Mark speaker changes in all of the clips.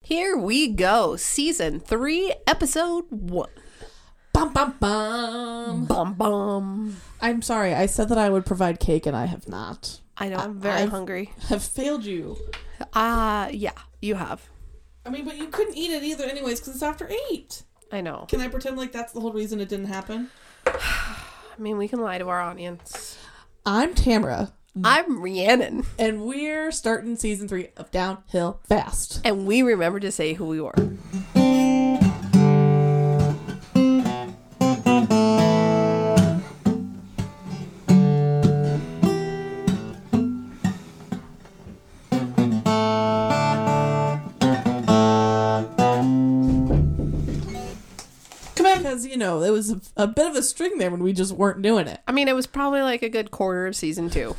Speaker 1: Here we go. Season three, episode one.
Speaker 2: Bum bum bum.
Speaker 1: Bum bum.
Speaker 2: Mm. I'm sorry. I said that I would provide cake, and I have not.
Speaker 1: I know, I'm very
Speaker 2: I've-
Speaker 1: hungry.
Speaker 2: Have failed you.
Speaker 1: Uh, yeah, you have.
Speaker 2: I mean, but you couldn't eat it either, anyways, because it's after eight.
Speaker 1: I know.
Speaker 2: Can I pretend like that's the whole reason it didn't happen?
Speaker 1: I mean, we can lie to our audience.
Speaker 2: I'm Tamara,
Speaker 1: I'm Rhiannon,
Speaker 2: and we're starting season three of Downhill Fast.
Speaker 1: and we remember to say who we were.
Speaker 2: Come on, because you know there was a, a bit of a string there when we just weren't doing it.
Speaker 1: I mean, it was probably like a good quarter of season two.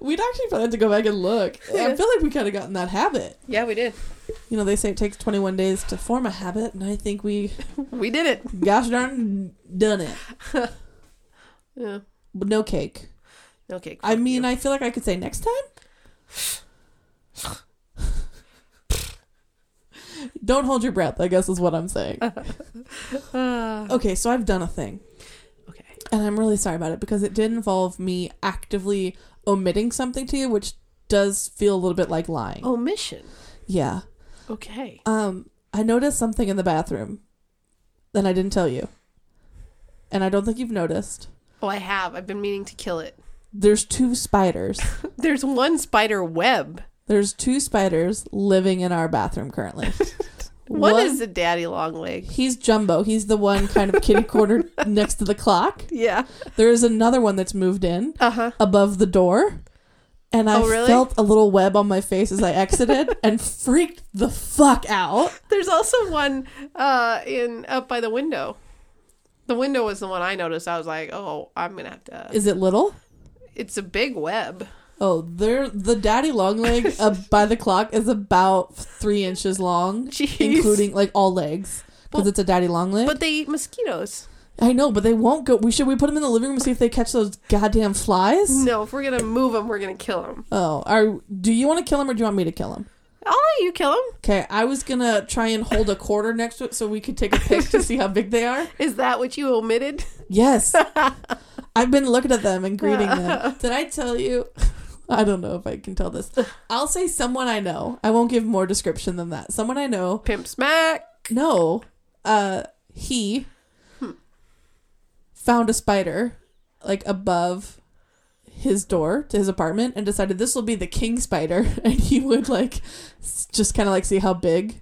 Speaker 2: We'd actually probably have to go back and look. I feel like we kind of got in that habit.
Speaker 1: Yeah, we did.
Speaker 2: You know, they say it takes 21 days to form a habit, and I think we,
Speaker 1: We did it.
Speaker 2: gosh darn, done it.
Speaker 1: Yeah.
Speaker 2: But no cake.
Speaker 1: No cake.
Speaker 2: I mean, I feel like I could say next time. Don't hold your breath, I guess is what I'm saying.
Speaker 1: Uh,
Speaker 2: Okay, so I've done a thing,
Speaker 1: okay.
Speaker 2: and I'm really sorry about it because it did involve me actively omitting something to you, which does feel a little bit like
Speaker 1: Oh.
Speaker 2: lying.
Speaker 1: Omission.
Speaker 2: Yeah.
Speaker 1: Okay.
Speaker 2: Um, I noticed something in the bathroom, and I didn't tell you. And I don't think you've noticed.
Speaker 1: Oh, I have. I've been meaning to kill it.
Speaker 2: There's two spiders.
Speaker 1: There's one spider web.
Speaker 2: There's two spiders living in our bathroom currently.
Speaker 1: What is the daddy long leg?
Speaker 2: He's Jumbo. He's the one kind of kitty cornered next to the clock.
Speaker 1: Yeah.
Speaker 2: There is another one that's moved in
Speaker 1: Uh huh.
Speaker 2: above the door. And I
Speaker 1: Oh, really?
Speaker 2: felt a little web on my face as I exited and freaked the fuck out.
Speaker 1: There's also one uh, in up by the window. The window was the one I noticed. I was like, oh, I'm gonna have to.
Speaker 2: Is it little?
Speaker 1: It's a big web.
Speaker 2: Oh, there the daddy long leg uh, by the clock is about three inches long,
Speaker 1: Jeez.
Speaker 2: including like all legs, because
Speaker 1: Well,
Speaker 2: it's a daddy long leg.
Speaker 1: But they eat mosquitoes.
Speaker 2: I know, but they won't go. We should we put them in the living room and see if they catch those goddamn flies?
Speaker 1: No, if we're gonna move them, we're gonna kill them.
Speaker 2: Oh, are do you want to kill him or do you want me to kill him?
Speaker 1: I'll let you kill them.
Speaker 2: Okay, I was gonna try and hold a quarter next to it so we could take a pic to see how big they are.
Speaker 1: Is that what you omitted?
Speaker 2: Yes, I've been looking at them and greeting them. Did I tell you? I don't know if I can tell this. I'll say someone I know. I won't give more description than that. Someone I know.
Speaker 1: Pimp smack.
Speaker 2: No, uh, he found a spider like above his door to his apartment and decided this will be the king spider and he would like s- just kind of like see how big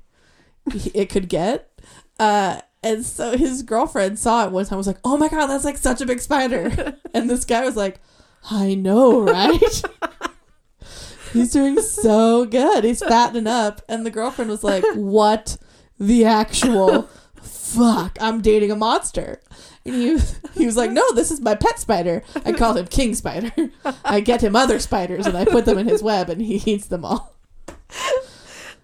Speaker 2: he- it could get uh and so his girlfriend saw it one time was like oh my god that's like such a big spider and this guy was like i know right he's doing so good he's fattening up and the girlfriend was like what the actual fuck i'm dating a monster and he was, he was like, "No, this is my pet spider. I call him King Spider. I get him other spiders and I put them in his web, and he eats them all."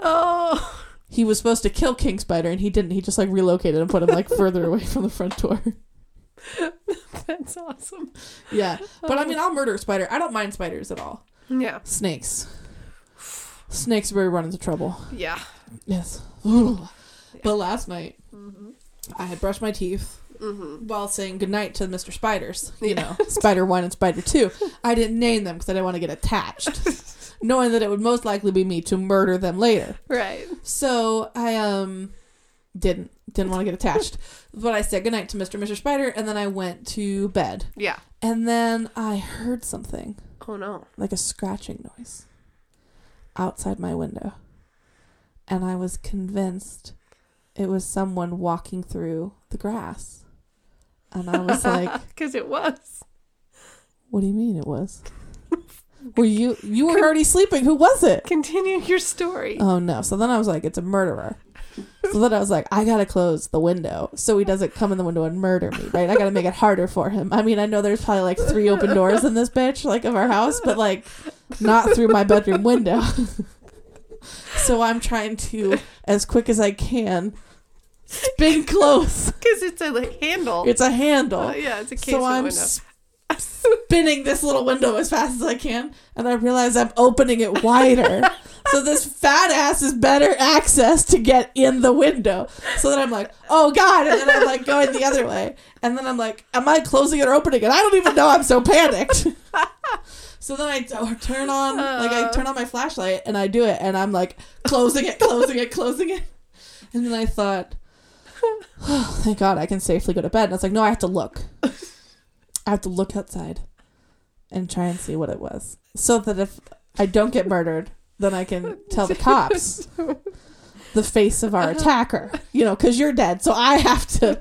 Speaker 1: Oh,
Speaker 2: He was supposed to kill King Spider, and he didn't. He just like relocated and put him like further away from the front door.
Speaker 1: that's awesome.
Speaker 2: Yeah, but I mean, I'll murder a spider. I don't mind spiders at all.
Speaker 1: Yeah.
Speaker 2: Snakes. Snakes where we run into trouble.
Speaker 1: Yeah.
Speaker 2: Yes. Ugh. But last night,
Speaker 1: Mm-hmm.
Speaker 2: I had brushed my teeth while saying goodnight to Mr. Spiders. You know, Spider 1 and Spider 2. I didn't name them because I didn't want to get attached, knowing that it would most likely be me to murder them later.
Speaker 1: Right.
Speaker 2: So I um didn't didn't want to get attached. but I said goodnight to Mr. and Mr. Spider and then I went to bed.
Speaker 1: Yeah.
Speaker 2: And then I heard something,
Speaker 1: Oh no.
Speaker 2: like a scratching noise outside my window. And I was convinced it was someone walking through the grass. And I was like,
Speaker 1: Because it was.
Speaker 2: what do you mean it was? Were you you were already sleeping. Who was it?
Speaker 1: Continue your story.
Speaker 2: Oh no. So then I was like, it's a murderer. So then I was like, I gotta close the window so he doesn't come in the window and murder me, right? I gotta make it harder for him. I mean, I know there's probably like three open doors in this bitch, like of our house, but like not through my bedroom window. so I'm trying to, as quick as I can, spin close.
Speaker 1: Because it's a like, handle.
Speaker 2: It's a handle.
Speaker 1: Uh, yeah, it's a case
Speaker 2: So
Speaker 1: of the
Speaker 2: I'm
Speaker 1: window.
Speaker 2: s- spinning this little window as fast as I can, and I realize I'm opening it wider. so this fat ass has better access to get in the window. So then I'm like, oh god, and then I'm like going the other way, and then I'm like, am I closing it or opening it? I don't even know. I'm so panicked. So then I t- turn on, like I turn on
Speaker 1: Oh.
Speaker 2: my flashlight and I do it, and I'm like closing it, closing it, closing it, and then I thought, oh, thank God I can safely go to bed. And I was like, no, I have to look. I have to look outside and try and see what it was, so that if I don't get murdered, then I can tell the cops the face of our attacker. You know, because you're dead, so I have to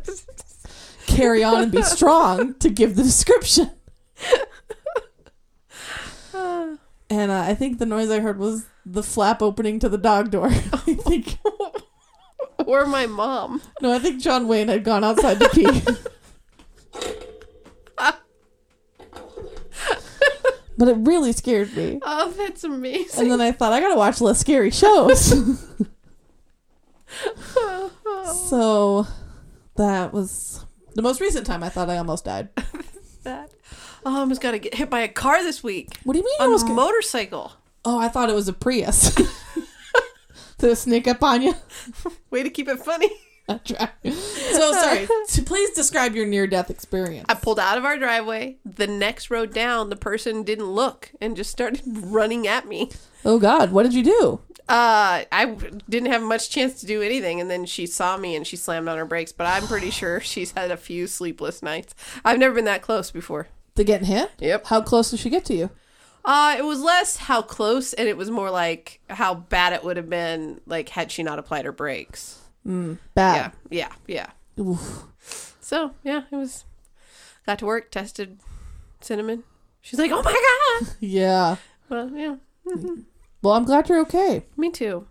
Speaker 2: carry on and be strong to give the description. And uh, I think the noise I heard was the flap opening to the dog door. I think
Speaker 1: or my mom.
Speaker 2: no, I think John Wayne had gone outside to pee. but it really scared me.
Speaker 1: Oh, that's amazing.
Speaker 2: And then I thought I gotta watch less scary shows.
Speaker 1: Oh,
Speaker 2: so that was the most recent time I thought I almost died.
Speaker 1: that. Oh, I almost got to get hit by a car this week.
Speaker 2: What do you mean? I
Speaker 1: On
Speaker 2: almost
Speaker 1: a
Speaker 2: got-
Speaker 1: motorcycle.
Speaker 2: oh, I thought it was a Prius. to sneak up on you.
Speaker 1: Way to keep it funny.
Speaker 2: I try. So sorry. So please describe your near death experience.
Speaker 1: I pulled out of our driveway. The next road down, the person didn't look and just started running at me.
Speaker 2: oh God, what did you do?
Speaker 1: Uh, I w- didn't have much chance to do anything, and then she saw me and she slammed on her brakes. But I'm pretty sure she's had a few sleepless nights. I've never been that close before.
Speaker 2: To getting hit?
Speaker 1: Yep.
Speaker 2: How close did she get to you?
Speaker 1: Uh, it was less how close, and it was more like how bad it would have been, like had she not applied her brakes.
Speaker 2: Hmm. Bad.
Speaker 1: Yeah, yeah, yeah.
Speaker 2: Oof.
Speaker 1: So yeah, it was. Got to work, tested cinnamon. She's like, "Oh my god!"
Speaker 2: Yeah.
Speaker 1: Well, yeah,
Speaker 2: Well, I'm glad you're okay.
Speaker 1: me too.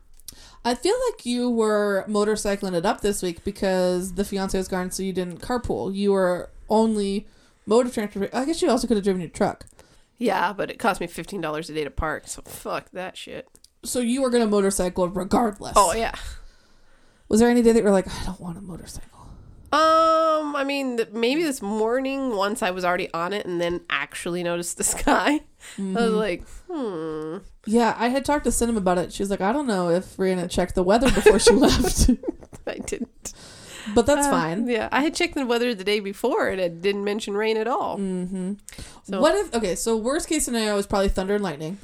Speaker 2: I feel like you were motorcycling it up this week because the fiance was gone, so you didn't carpool. You were only motor transport. I guess you also could have driven your truck.
Speaker 1: Yeah, but it cost me fifteen dollars a day to park, so fuck that shit.
Speaker 2: So you were going to motorcycle regardless.
Speaker 1: Oh yeah.
Speaker 2: Was there any day that you were like, I don't want a motorcycle?
Speaker 1: Um, I mean, th- maybe this morning once I was already on it and then actually noticed the sky. I was like, hmm.
Speaker 2: Mm-hmm. Yeah, I had talked to Cinema about it. She was like, I don't know if Rihanna checked the weather before she left,
Speaker 1: I didn't.
Speaker 2: but that's
Speaker 1: Uh,
Speaker 2: fine.
Speaker 1: Yeah, I had checked the weather the day before and it didn't mention rain at all.
Speaker 2: Mm-hmm.
Speaker 1: So-
Speaker 2: what if okay? So worst case scenario is probably thunder and lightning.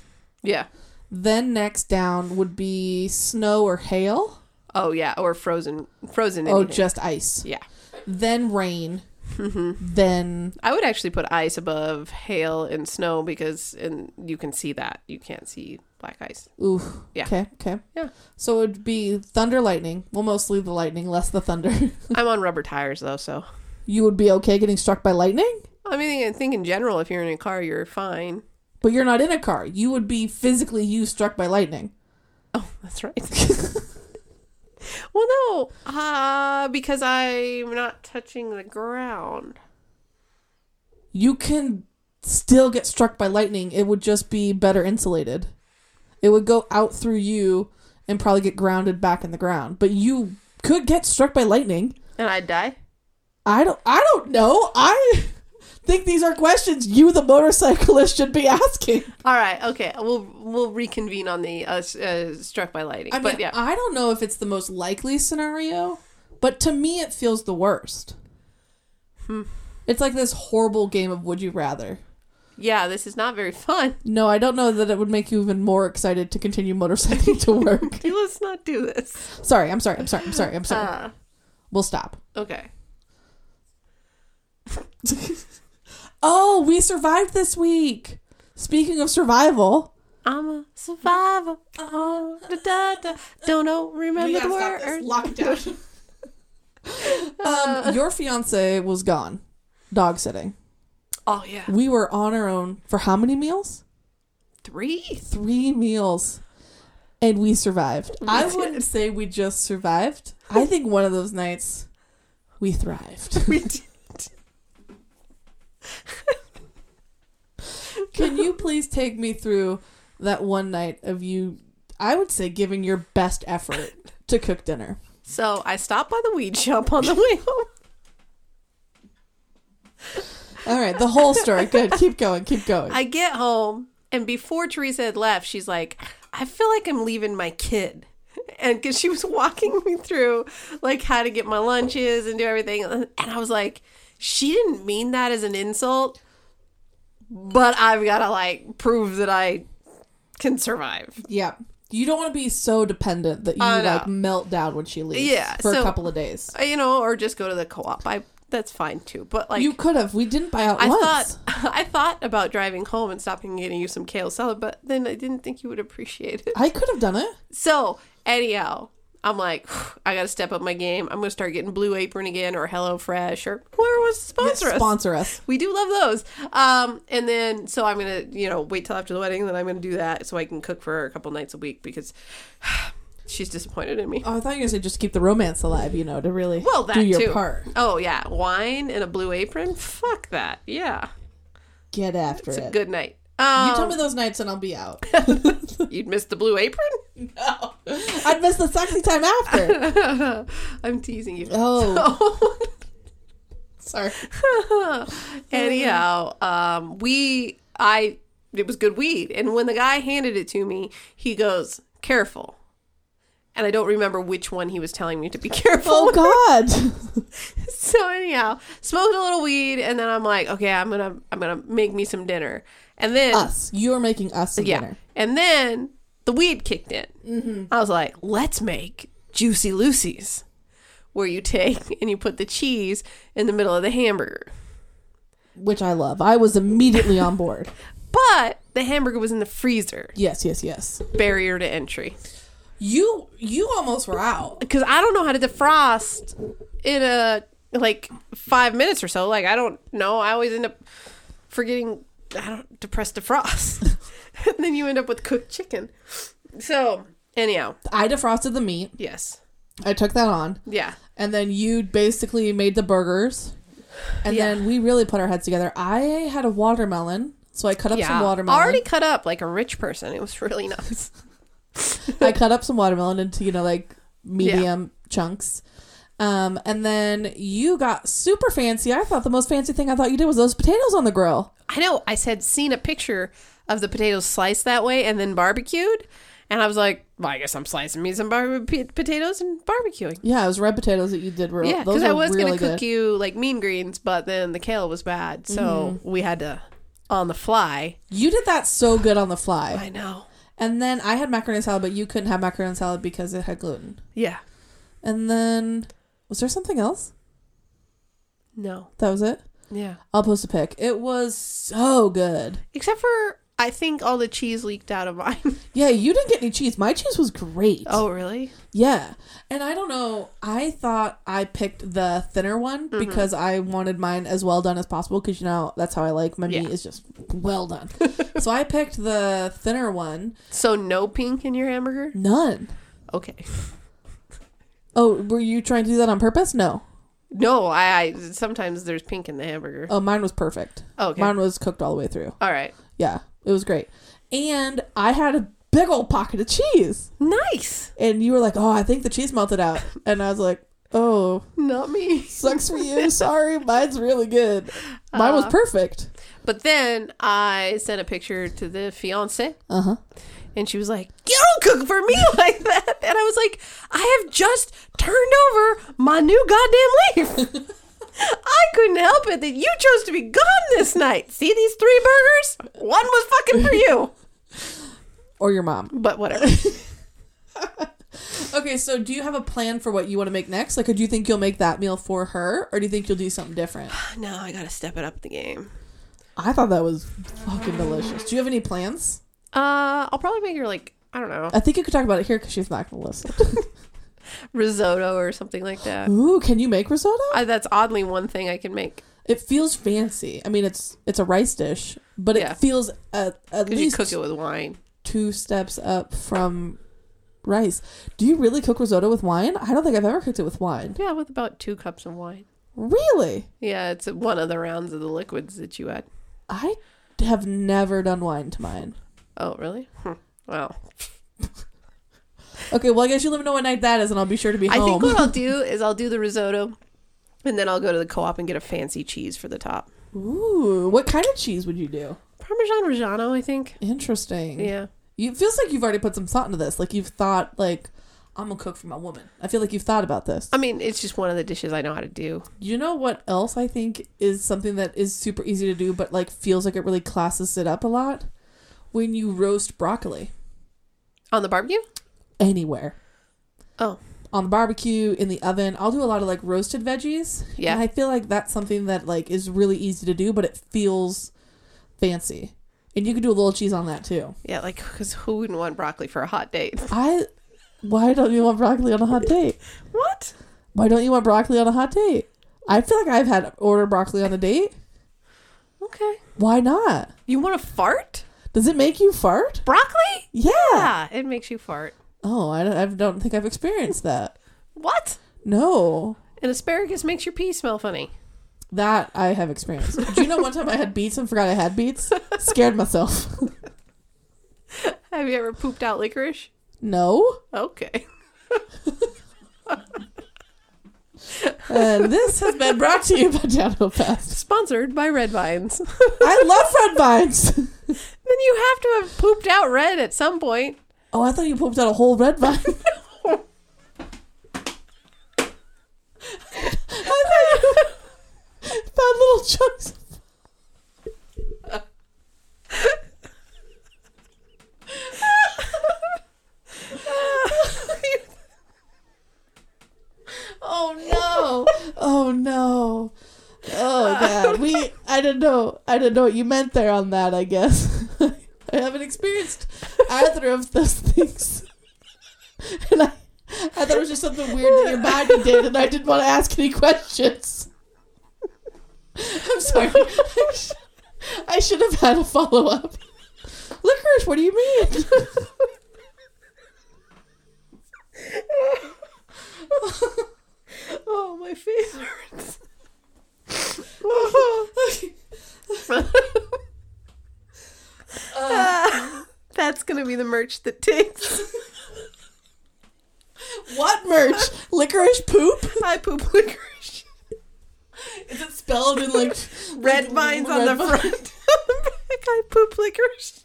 Speaker 1: Yeah.
Speaker 2: Then next down would be snow or hail.
Speaker 1: Oh yeah, or frozen, frozen.
Speaker 2: Oh,
Speaker 1: anything.
Speaker 2: just ice.
Speaker 1: yeah.
Speaker 2: Then rain.
Speaker 1: Mhm.
Speaker 2: Then
Speaker 1: I would actually put ice above hail and snow because and you can see that you can't see black ice.
Speaker 2: ooh.
Speaker 1: Yeah.
Speaker 2: Okay. Okay.
Speaker 1: Yeah.
Speaker 2: So it would be thunder, lightning. Well, mostly the lightning, less the thunder.
Speaker 1: I'm on rubber tires though, so
Speaker 2: you would be okay getting struck by lightning,
Speaker 1: I mean, I think in general, if you're in a car, you're fine.
Speaker 2: but you're not in a car. You would be physically you struck by lightning.
Speaker 1: Oh, that's right. well, no, uh, because I'm not touching the ground.
Speaker 2: you can still get struck by lightning. It would just be better insulated. It would go out through you and probably get grounded back in the ground. But you could get struck by lightning.
Speaker 1: And I'd die?
Speaker 2: I don't I don't know. I think these are questions you the motorcyclist should be asking.
Speaker 1: All right, okay. We'll we'll reconvene on the uh, s- uh, struck by lightning.
Speaker 2: I mean, uh
Speaker 1: but yeah.
Speaker 2: I don't know if it's the most likely scenario, but to me it feels the worst.
Speaker 1: Hmm.
Speaker 2: It's like this horrible game of would you rather.
Speaker 1: yeah, this is not very fun.
Speaker 2: No, I don't know that it would make you even more excited to continue motorcycling to work.
Speaker 1: Let's not do this.
Speaker 2: Sorry, I'm sorry, I'm sorry, I'm sorry, I'm sorry.
Speaker 1: Uh,
Speaker 2: we'll stop.
Speaker 1: okay.
Speaker 2: Oh, we survived this week. Speaking of survival,
Speaker 1: I'm a survivor. Oh, da, da, da. Don't know, remember the word.
Speaker 2: Lock it down.
Speaker 1: Uh.
Speaker 2: um, your fiance was gone, dog sitting.
Speaker 1: Oh, yeah.
Speaker 2: We were on our own for how many meals?
Speaker 1: Three?
Speaker 2: Three meals, and we survived. I
Speaker 1: did.
Speaker 2: wouldn't say we just survived. I think one of those nights, we thrived.
Speaker 1: We did.
Speaker 2: Can you please take me through that one night of you? I would say giving your best effort to cook dinner.
Speaker 1: So I stopped by the weed shop on the way home.
Speaker 2: All right, the whole story. Good. Keep going. Keep going.
Speaker 1: I get home, and before Teresa had left, she's like, I feel like I'm leaving my kid. And because she was walking me through like how to get my lunches and do everything. And I was like, she didn't mean that as an insult, but I've got to like prove that I can survive.
Speaker 2: Yeah. You don't want to be so dependent that you
Speaker 1: I know.
Speaker 2: like melt down when she leaves
Speaker 1: Oh, Yeah,
Speaker 2: for
Speaker 1: so-
Speaker 2: a couple of days.
Speaker 1: Uh, You know, or just go to the co op. I That's fine too. But like,
Speaker 2: you could have. We didn't buy out
Speaker 1: I
Speaker 2: once.
Speaker 1: thought I thought about driving home and stopping and getting you some kale salad, but then I didn't think you would appreciate it.
Speaker 2: I could have done it.
Speaker 1: So anyhow, I'm like, I gotta step up my game. I'm gonna start getting Blue Apron again or Hello Fresh or whoever wants to sponsor us.
Speaker 2: Sponsor us.
Speaker 1: we do love those. Um, and then so I'm gonna, you know, wait till after the wedding, then I'm gonna do that so I can cook for her a couple nights a week because she's disappointed in me.
Speaker 2: Oh, I thought you were going to say just keep the romance alive, you know, to really
Speaker 1: Well, that
Speaker 2: do your
Speaker 1: too.
Speaker 2: part.
Speaker 1: Oh yeah, wine and a blue apron. Fuck that. Yeah,
Speaker 2: Get after
Speaker 1: it's
Speaker 2: it.
Speaker 1: a good night. Um,
Speaker 2: you tell me those nights and I'll be out.
Speaker 1: you'd miss the blue apron.
Speaker 2: no. I'd miss the sexy time after.
Speaker 1: I'm teasing you.
Speaker 2: Oh, sorry.
Speaker 1: Anyhow, um, we I it was good weed, and when the guy handed it to me, he goes, "Careful." And I don't remember which one he was telling me to be careful.
Speaker 2: Oh,
Speaker 1: with.
Speaker 2: God.
Speaker 1: So anyhow, smoked a little weed, and then I'm like, okay, I'm gonna I'm gonna make me some dinner, and then
Speaker 2: us. You are making us some
Speaker 1: yeah,
Speaker 2: dinner.
Speaker 1: and then the weed kicked in. I was like, let's make juicy Lucy's, where you take and you put the cheese in the middle of the hamburger.
Speaker 2: Which I love. I was immediately on board.
Speaker 1: But the hamburger was in the freezer,
Speaker 2: Yes, yes, yes.
Speaker 1: barrier to entry.
Speaker 2: You you almost were out.
Speaker 1: Because I don't know how to defrost in a like five minutes or so. Like I don't know. I always end up forgetting. I don't depress defrost, and then you end up with cooked chicken. So anyhow,
Speaker 2: I defrosted the meat.
Speaker 1: yes,
Speaker 2: I took that on.
Speaker 1: yeah,
Speaker 2: And then you basically made the burgers. And
Speaker 1: Yeah.
Speaker 2: then we really put our heads together. I had a watermelon, so I cut up some
Speaker 1: yeah.
Speaker 2: watermelon.
Speaker 1: Already cut up like a rich person. It was really nice.
Speaker 2: I cut up some watermelon into, you know, like medium chunks. Um, and then you got super fancy. I thought the most fancy thing I thought you did was those potatoes on the grill.
Speaker 1: I know. I said seen a picture of the potatoes sliced that way and then barbecued, and I was like, well, I guess I'm slicing me some barbe- p- potatoes and barbecuing.
Speaker 2: Yeah, it was red potatoes that you did. Real,
Speaker 1: Yeah,
Speaker 2: those
Speaker 1: because I
Speaker 2: were
Speaker 1: was gonna
Speaker 2: really
Speaker 1: cook
Speaker 2: good.
Speaker 1: you like mean greens, but then the kale was bad, so we had to on the fly.
Speaker 2: You did that so good on the fly.
Speaker 1: I know.
Speaker 2: And then I had macaroni salad, but you couldn't have macaroni salad because it had gluten.
Speaker 1: Yeah.
Speaker 2: And then was there something else?
Speaker 1: No.
Speaker 2: That was it.
Speaker 1: Yeah.
Speaker 2: I'll post a pic. It was so good.
Speaker 1: Except for I think all the cheese leaked out of mine.
Speaker 2: Yeah, you didn't get any cheese. My cheese was great.
Speaker 1: Oh. really?
Speaker 2: Yeah. And I don't know. I thought I picked the thinner one
Speaker 1: Mm-hmm.
Speaker 2: because I wanted mine as well done as possible because, you know, that's how I like my
Speaker 1: Yeah.
Speaker 2: meat is just well done. so I picked the thinner one.
Speaker 1: So no pink in your hamburger?
Speaker 2: None.
Speaker 1: Okay.
Speaker 2: Oh, were you trying to do that on purpose? No.
Speaker 1: No, I, I sometimes there's pink in the hamburger.
Speaker 2: Oh, mine was perfect.
Speaker 1: Okay.
Speaker 2: Mine was cooked all the way through.
Speaker 1: All right.
Speaker 2: Yeah, it was great. And I had a big old pocket of cheese.
Speaker 1: Nice.
Speaker 2: And you were like, oh, I think the cheese melted out. And I was like, oh,
Speaker 1: Not me.
Speaker 2: sucks for you. Sorry. Mine's really good. Mine was
Speaker 1: Uh,
Speaker 2: perfect.
Speaker 1: But then I sent a picture to the fiance
Speaker 2: Uh huh.
Speaker 1: And she was like, You don't cook for me like that. And I was like, I have just turned over my new goddamn leaf. I couldn't help it that you chose to be gone this night. See these three burgers? One was fucking for you.
Speaker 2: Or your mom.
Speaker 1: But whatever.
Speaker 2: Okay, so do you have a plan for what you want to make next? Like, do you think you'll make that meal for her, or do you think you'll do something different?
Speaker 1: No, I gotta step it up the game.
Speaker 2: I thought that was fucking delicious. Do you have any plans?
Speaker 1: Uh, I'll probably make her like, I don't know,
Speaker 2: I think you could talk about it here because she's not going to listen.
Speaker 1: risotto or something like that.
Speaker 2: Ooh, can you make risotto?
Speaker 1: I, that's oddly one thing I can make.
Speaker 2: It feels fancy. I mean, it's it's a rice dish, but it
Speaker 1: Yeah.
Speaker 2: feels at, at
Speaker 1: Because you
Speaker 2: least
Speaker 1: cook it with wine.
Speaker 2: two steps up from rice. Do you really cook risotto with wine? I don't think I've ever cooked it with wine.
Speaker 1: Yeah, with about two cups of wine.
Speaker 2: Really?
Speaker 1: Yeah, it's one of the rounds of the liquids that you add.
Speaker 2: I have never done wine to mine.
Speaker 1: Oh, really? Hmm. Well,
Speaker 2: Okay, well, I guess you let me know what night that is, and I'll be sure to be
Speaker 1: I
Speaker 2: home.
Speaker 1: think what I'll do is I'll do the risotto, and then I'll go to the co-op and get a fancy cheese for the top.
Speaker 2: Ooh, what kind of cheese would you do?
Speaker 1: Parmesan Reggiano, I think.
Speaker 2: Interesting.
Speaker 1: Yeah,
Speaker 2: You, it feels like you've already put some thought into this. Like you've thought, like I'm gonna cook for my woman. I feel like you've thought about this.
Speaker 1: I mean, it's just one of the dishes I know how to do.
Speaker 2: You know what else I think is something that is super easy to do, but like feels like it really classes it up a lot? When you roast broccoli
Speaker 1: On the barbecue?
Speaker 2: anywhere.
Speaker 1: Oh.
Speaker 2: On the barbecue, in the oven. I'll do a lot of like roasted veggies.
Speaker 1: Yeah.
Speaker 2: And I feel like that's something that like is really easy to do, but it feels fancy. And you could do a little cheese on that too.
Speaker 1: Yeah, like, because who wouldn't want broccoli for a hot date?
Speaker 2: I why don't you want broccoli on a hot date?
Speaker 1: What?
Speaker 2: Why don't you want broccoli on a hot date? I feel like I've had order broccoli on a date.
Speaker 1: Okay.
Speaker 2: Why not?
Speaker 1: You want to fart?
Speaker 2: Does it make you fart?
Speaker 1: Broccoli?
Speaker 2: Yeah.
Speaker 1: Yeah, it makes you fart.
Speaker 2: Oh, I don't, I don't think I've experienced that.
Speaker 1: What?
Speaker 2: No,
Speaker 1: And asparagus makes your pee smell funny.
Speaker 2: that I have experienced. Do you know one time I had beets and forgot I had beets? Scared myself.
Speaker 1: Have you ever pooped out licorice?
Speaker 2: No.
Speaker 1: Okay.
Speaker 2: And this has been brought to you by Downhill Fast.
Speaker 1: Sponsored by Red Vines. then
Speaker 2: I love red vines.
Speaker 1: you have to have pooped out red at some point.
Speaker 2: Oh, I thought you pooped out a whole red vine. I thought you found little chunks. oh no! Oh no! Oh god, we. I didn't know. I didn't know what you meant there on that. I guess I haven't experienced either of those things. And I, I thought it was just something weird that your body did, and I didn't want to ask any questions. I'm sorry. I sh- I should have had a follow up. Licorice, what do you mean?
Speaker 1: Oh, my face hurts. Ah, that's going to be the merch that takes.
Speaker 2: what merch? Licorice poop?
Speaker 1: I poop licorice.
Speaker 2: Is it spelled in like
Speaker 1: Red vines on the
Speaker 2: red
Speaker 1: front. on the back, I poop licorice.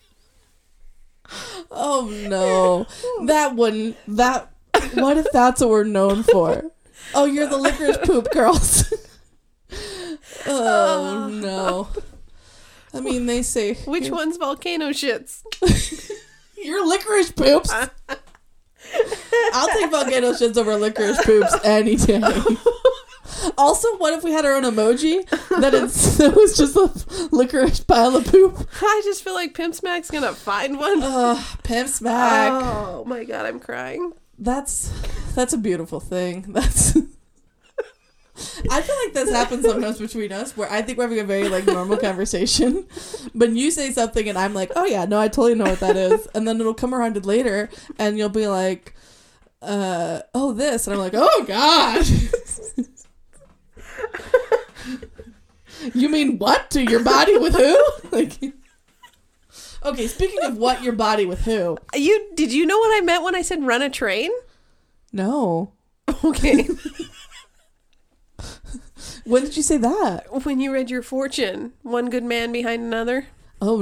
Speaker 2: Oh no, that wouldn't. That what if that's what we're known for? Oh, you're the licorice poop girls. oh no. I mean, they say
Speaker 1: Which one's volcano shits?
Speaker 2: you're licorice poops. I'll take volcano shits over licorice poops any day. Also, what if we had our own emoji that it's, it was just a licorice pile of poop?
Speaker 1: I just feel like Pimp Smack's gonna find one.
Speaker 2: Ugh, pimp smack.
Speaker 1: Oh my god, I'm crying.
Speaker 2: That's that's a beautiful thing. That's I feel like this happens sometimes between us where I think we're having a very like normal conversation, but you say something and I'm like, "Oh yeah, no, I totally know what that is." And then it'll come around later and you'll be like, uh, "Oh, this." And I'm like, "Oh god." you mean what to your body with who? Like Okay, speaking of what your body with who.
Speaker 1: You did you know what I meant when I said run a train?
Speaker 2: No.
Speaker 1: Okay.
Speaker 2: When did you say that?
Speaker 1: when you read your fortune, one good man behind another.
Speaker 2: Oh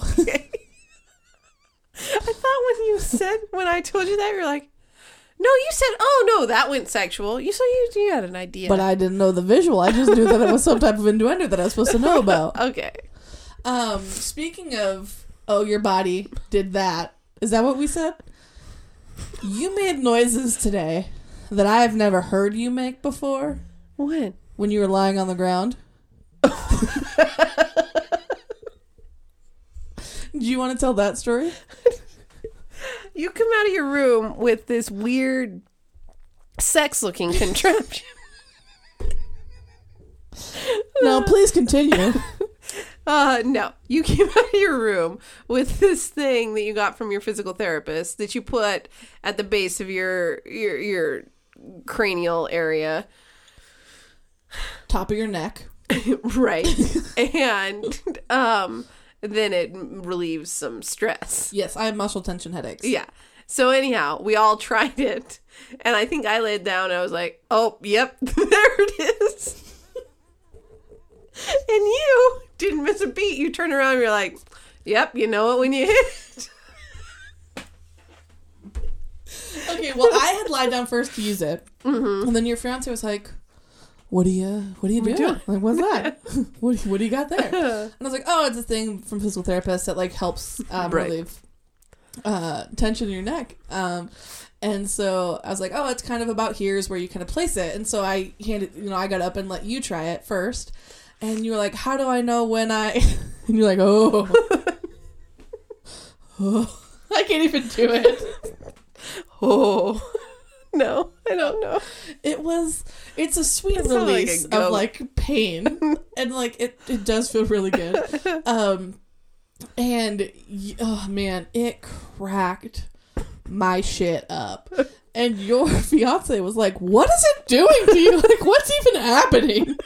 Speaker 1: I thought when you said when I told you that, you're like, no, you said, oh no, that went sexual. You so you you had an idea.
Speaker 2: But I didn't know the visual. I just knew that it was some type of innuendo that I was supposed to know about.
Speaker 1: okay.
Speaker 2: Um, speaking of, oh, your body did that. Is that what we said? You made noises today that I have never heard you make before
Speaker 1: When?
Speaker 2: when you were lying on the ground. Do you want to tell that story?
Speaker 1: You come out of your room with this weird sex looking contraption.
Speaker 2: No, please continue.
Speaker 1: Uh, no. You came out of your room with this thing that you got from your physical therapist that you put at the base of your your your cranial area,
Speaker 2: Top of your neck.
Speaker 1: right? and um, then it relieves some stress.
Speaker 2: Yes, I have muscle tension headaches.
Speaker 1: Yeah. So anyhow, we all tried it, and I think I laid down. And I was like, "Oh, yep, there it is." and you didn't miss a beat. You turn around, and you're like, "Yep, you know it when you hit." it."
Speaker 2: Okay, well, I had lied down first to use it, and then your fiance was like, "What do you? What do you
Speaker 1: Mm-hmm. What
Speaker 2: do?
Speaker 1: you
Speaker 2: Like, what's that? what do you- What do you got there?" And I was like, "Oh, it's a thing from physical therapists that like helps um,
Speaker 1: Right.
Speaker 2: relieve uh, tension in your neck." Um, and so I was like, "Oh, it's kind of about here is where you kind of place it." And so I handed, you know, I got up and let you try it first, and you were like, "How do I know when I?" and you're like, "Oh." oh. I can't even do it.
Speaker 1: Oh. No, I don't know.
Speaker 2: It was. It's a sweet
Speaker 1: It's not like a
Speaker 2: release
Speaker 1: goat.
Speaker 2: of like pain, and like it, it does feel really good. Um, and y- oh man, it cracked my shit up. And your fiance was like, "What is it doing to you? Like, what's even happening?"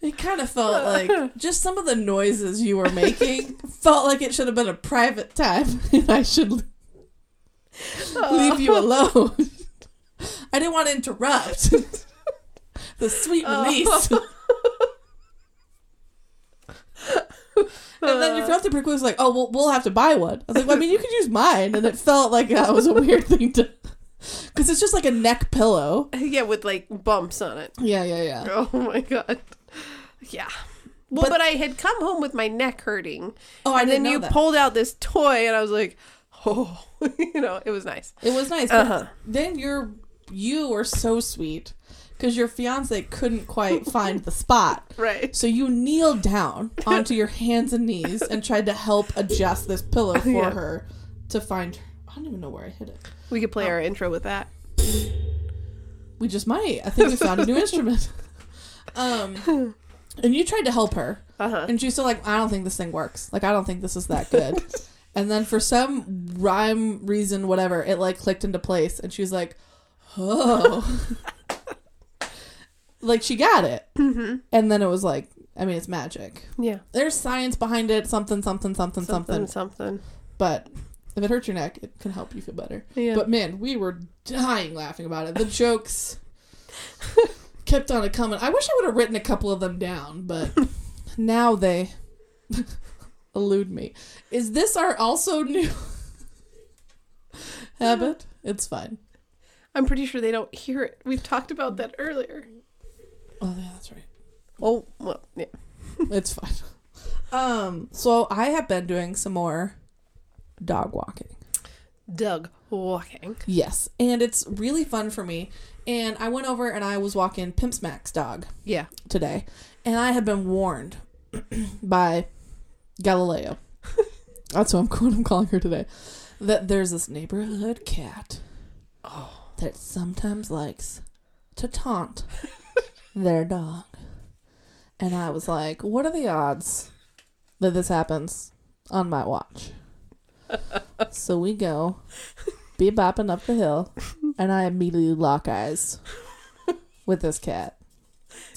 Speaker 2: It kind of felt like just some of the noises you were making felt like it should have been a private time, and I should leave
Speaker 1: Oh.
Speaker 2: you alone. I didn't want to interrupt the sweet release. and then you felt it pretty quick. was like, oh, we'll, we'll have to buy one. I was like, well, I mean, you could use mine. And it felt like that was a weird thing to. Because it's just like a neck pillow.
Speaker 1: Yeah, with like bumps on it.
Speaker 2: Yeah, yeah, yeah.
Speaker 1: Oh my god. Yeah. Well, but,
Speaker 2: But-
Speaker 1: I had come home with my neck hurting.
Speaker 2: Oh, I
Speaker 1: and
Speaker 2: didn't
Speaker 1: then
Speaker 2: know
Speaker 1: you
Speaker 2: that.
Speaker 1: pulled out this toy, and I was like, oh, you know, it was nice.
Speaker 2: It was nice. but Then you're you were so sweet because your fiance couldn't quite find the spot.
Speaker 1: Right.
Speaker 2: So you kneeled down onto your hands and knees and tried to help adjust this pillow for
Speaker 1: Yeah.
Speaker 2: her to find her. I don't even know where I hid it.
Speaker 1: We could play our intro with that.
Speaker 2: We just might. I think we found a new instrument. Um, and you tried to help her,
Speaker 1: Uh huh.
Speaker 2: and she's still like, I don't think this thing works. Like, I don't think this is that good. and then for some rhyme reason, whatever, it like clicked into place, and she was like, oh. like, she got it. And then it was like, I mean, it's magic.
Speaker 1: Mm-hmm. Yeah.
Speaker 2: there's science behind it something something something
Speaker 1: Something,
Speaker 2: something,
Speaker 1: something.
Speaker 2: but if it hurts your neck it can help you feel better
Speaker 1: Yeah.
Speaker 2: but man we were dying laughing about it the jokes kept on a coming i wish i would have written a couple of them down but now they elude me is this our also new habit it's fine
Speaker 1: I'm pretty sure they don't hear it. We've talked about that earlier.
Speaker 2: oh yeah that's right
Speaker 1: Oh, well, yeah.
Speaker 2: it's fine um so i have been doing some more dog walking
Speaker 1: Doug walking.
Speaker 2: Yes, and it's really fun for me. And I went over and I was walking Pimp Smack's dog
Speaker 1: Yeah.
Speaker 2: today, and I had been warned by Galileo. That's what I'm, what I'm calling her today. That there's this neighborhood cat that sometimes likes to taunt their dog. And I was like, what are the odds that this happens on my watch? so we go bebopping up the hill, and I immediately lock eyes with this cat.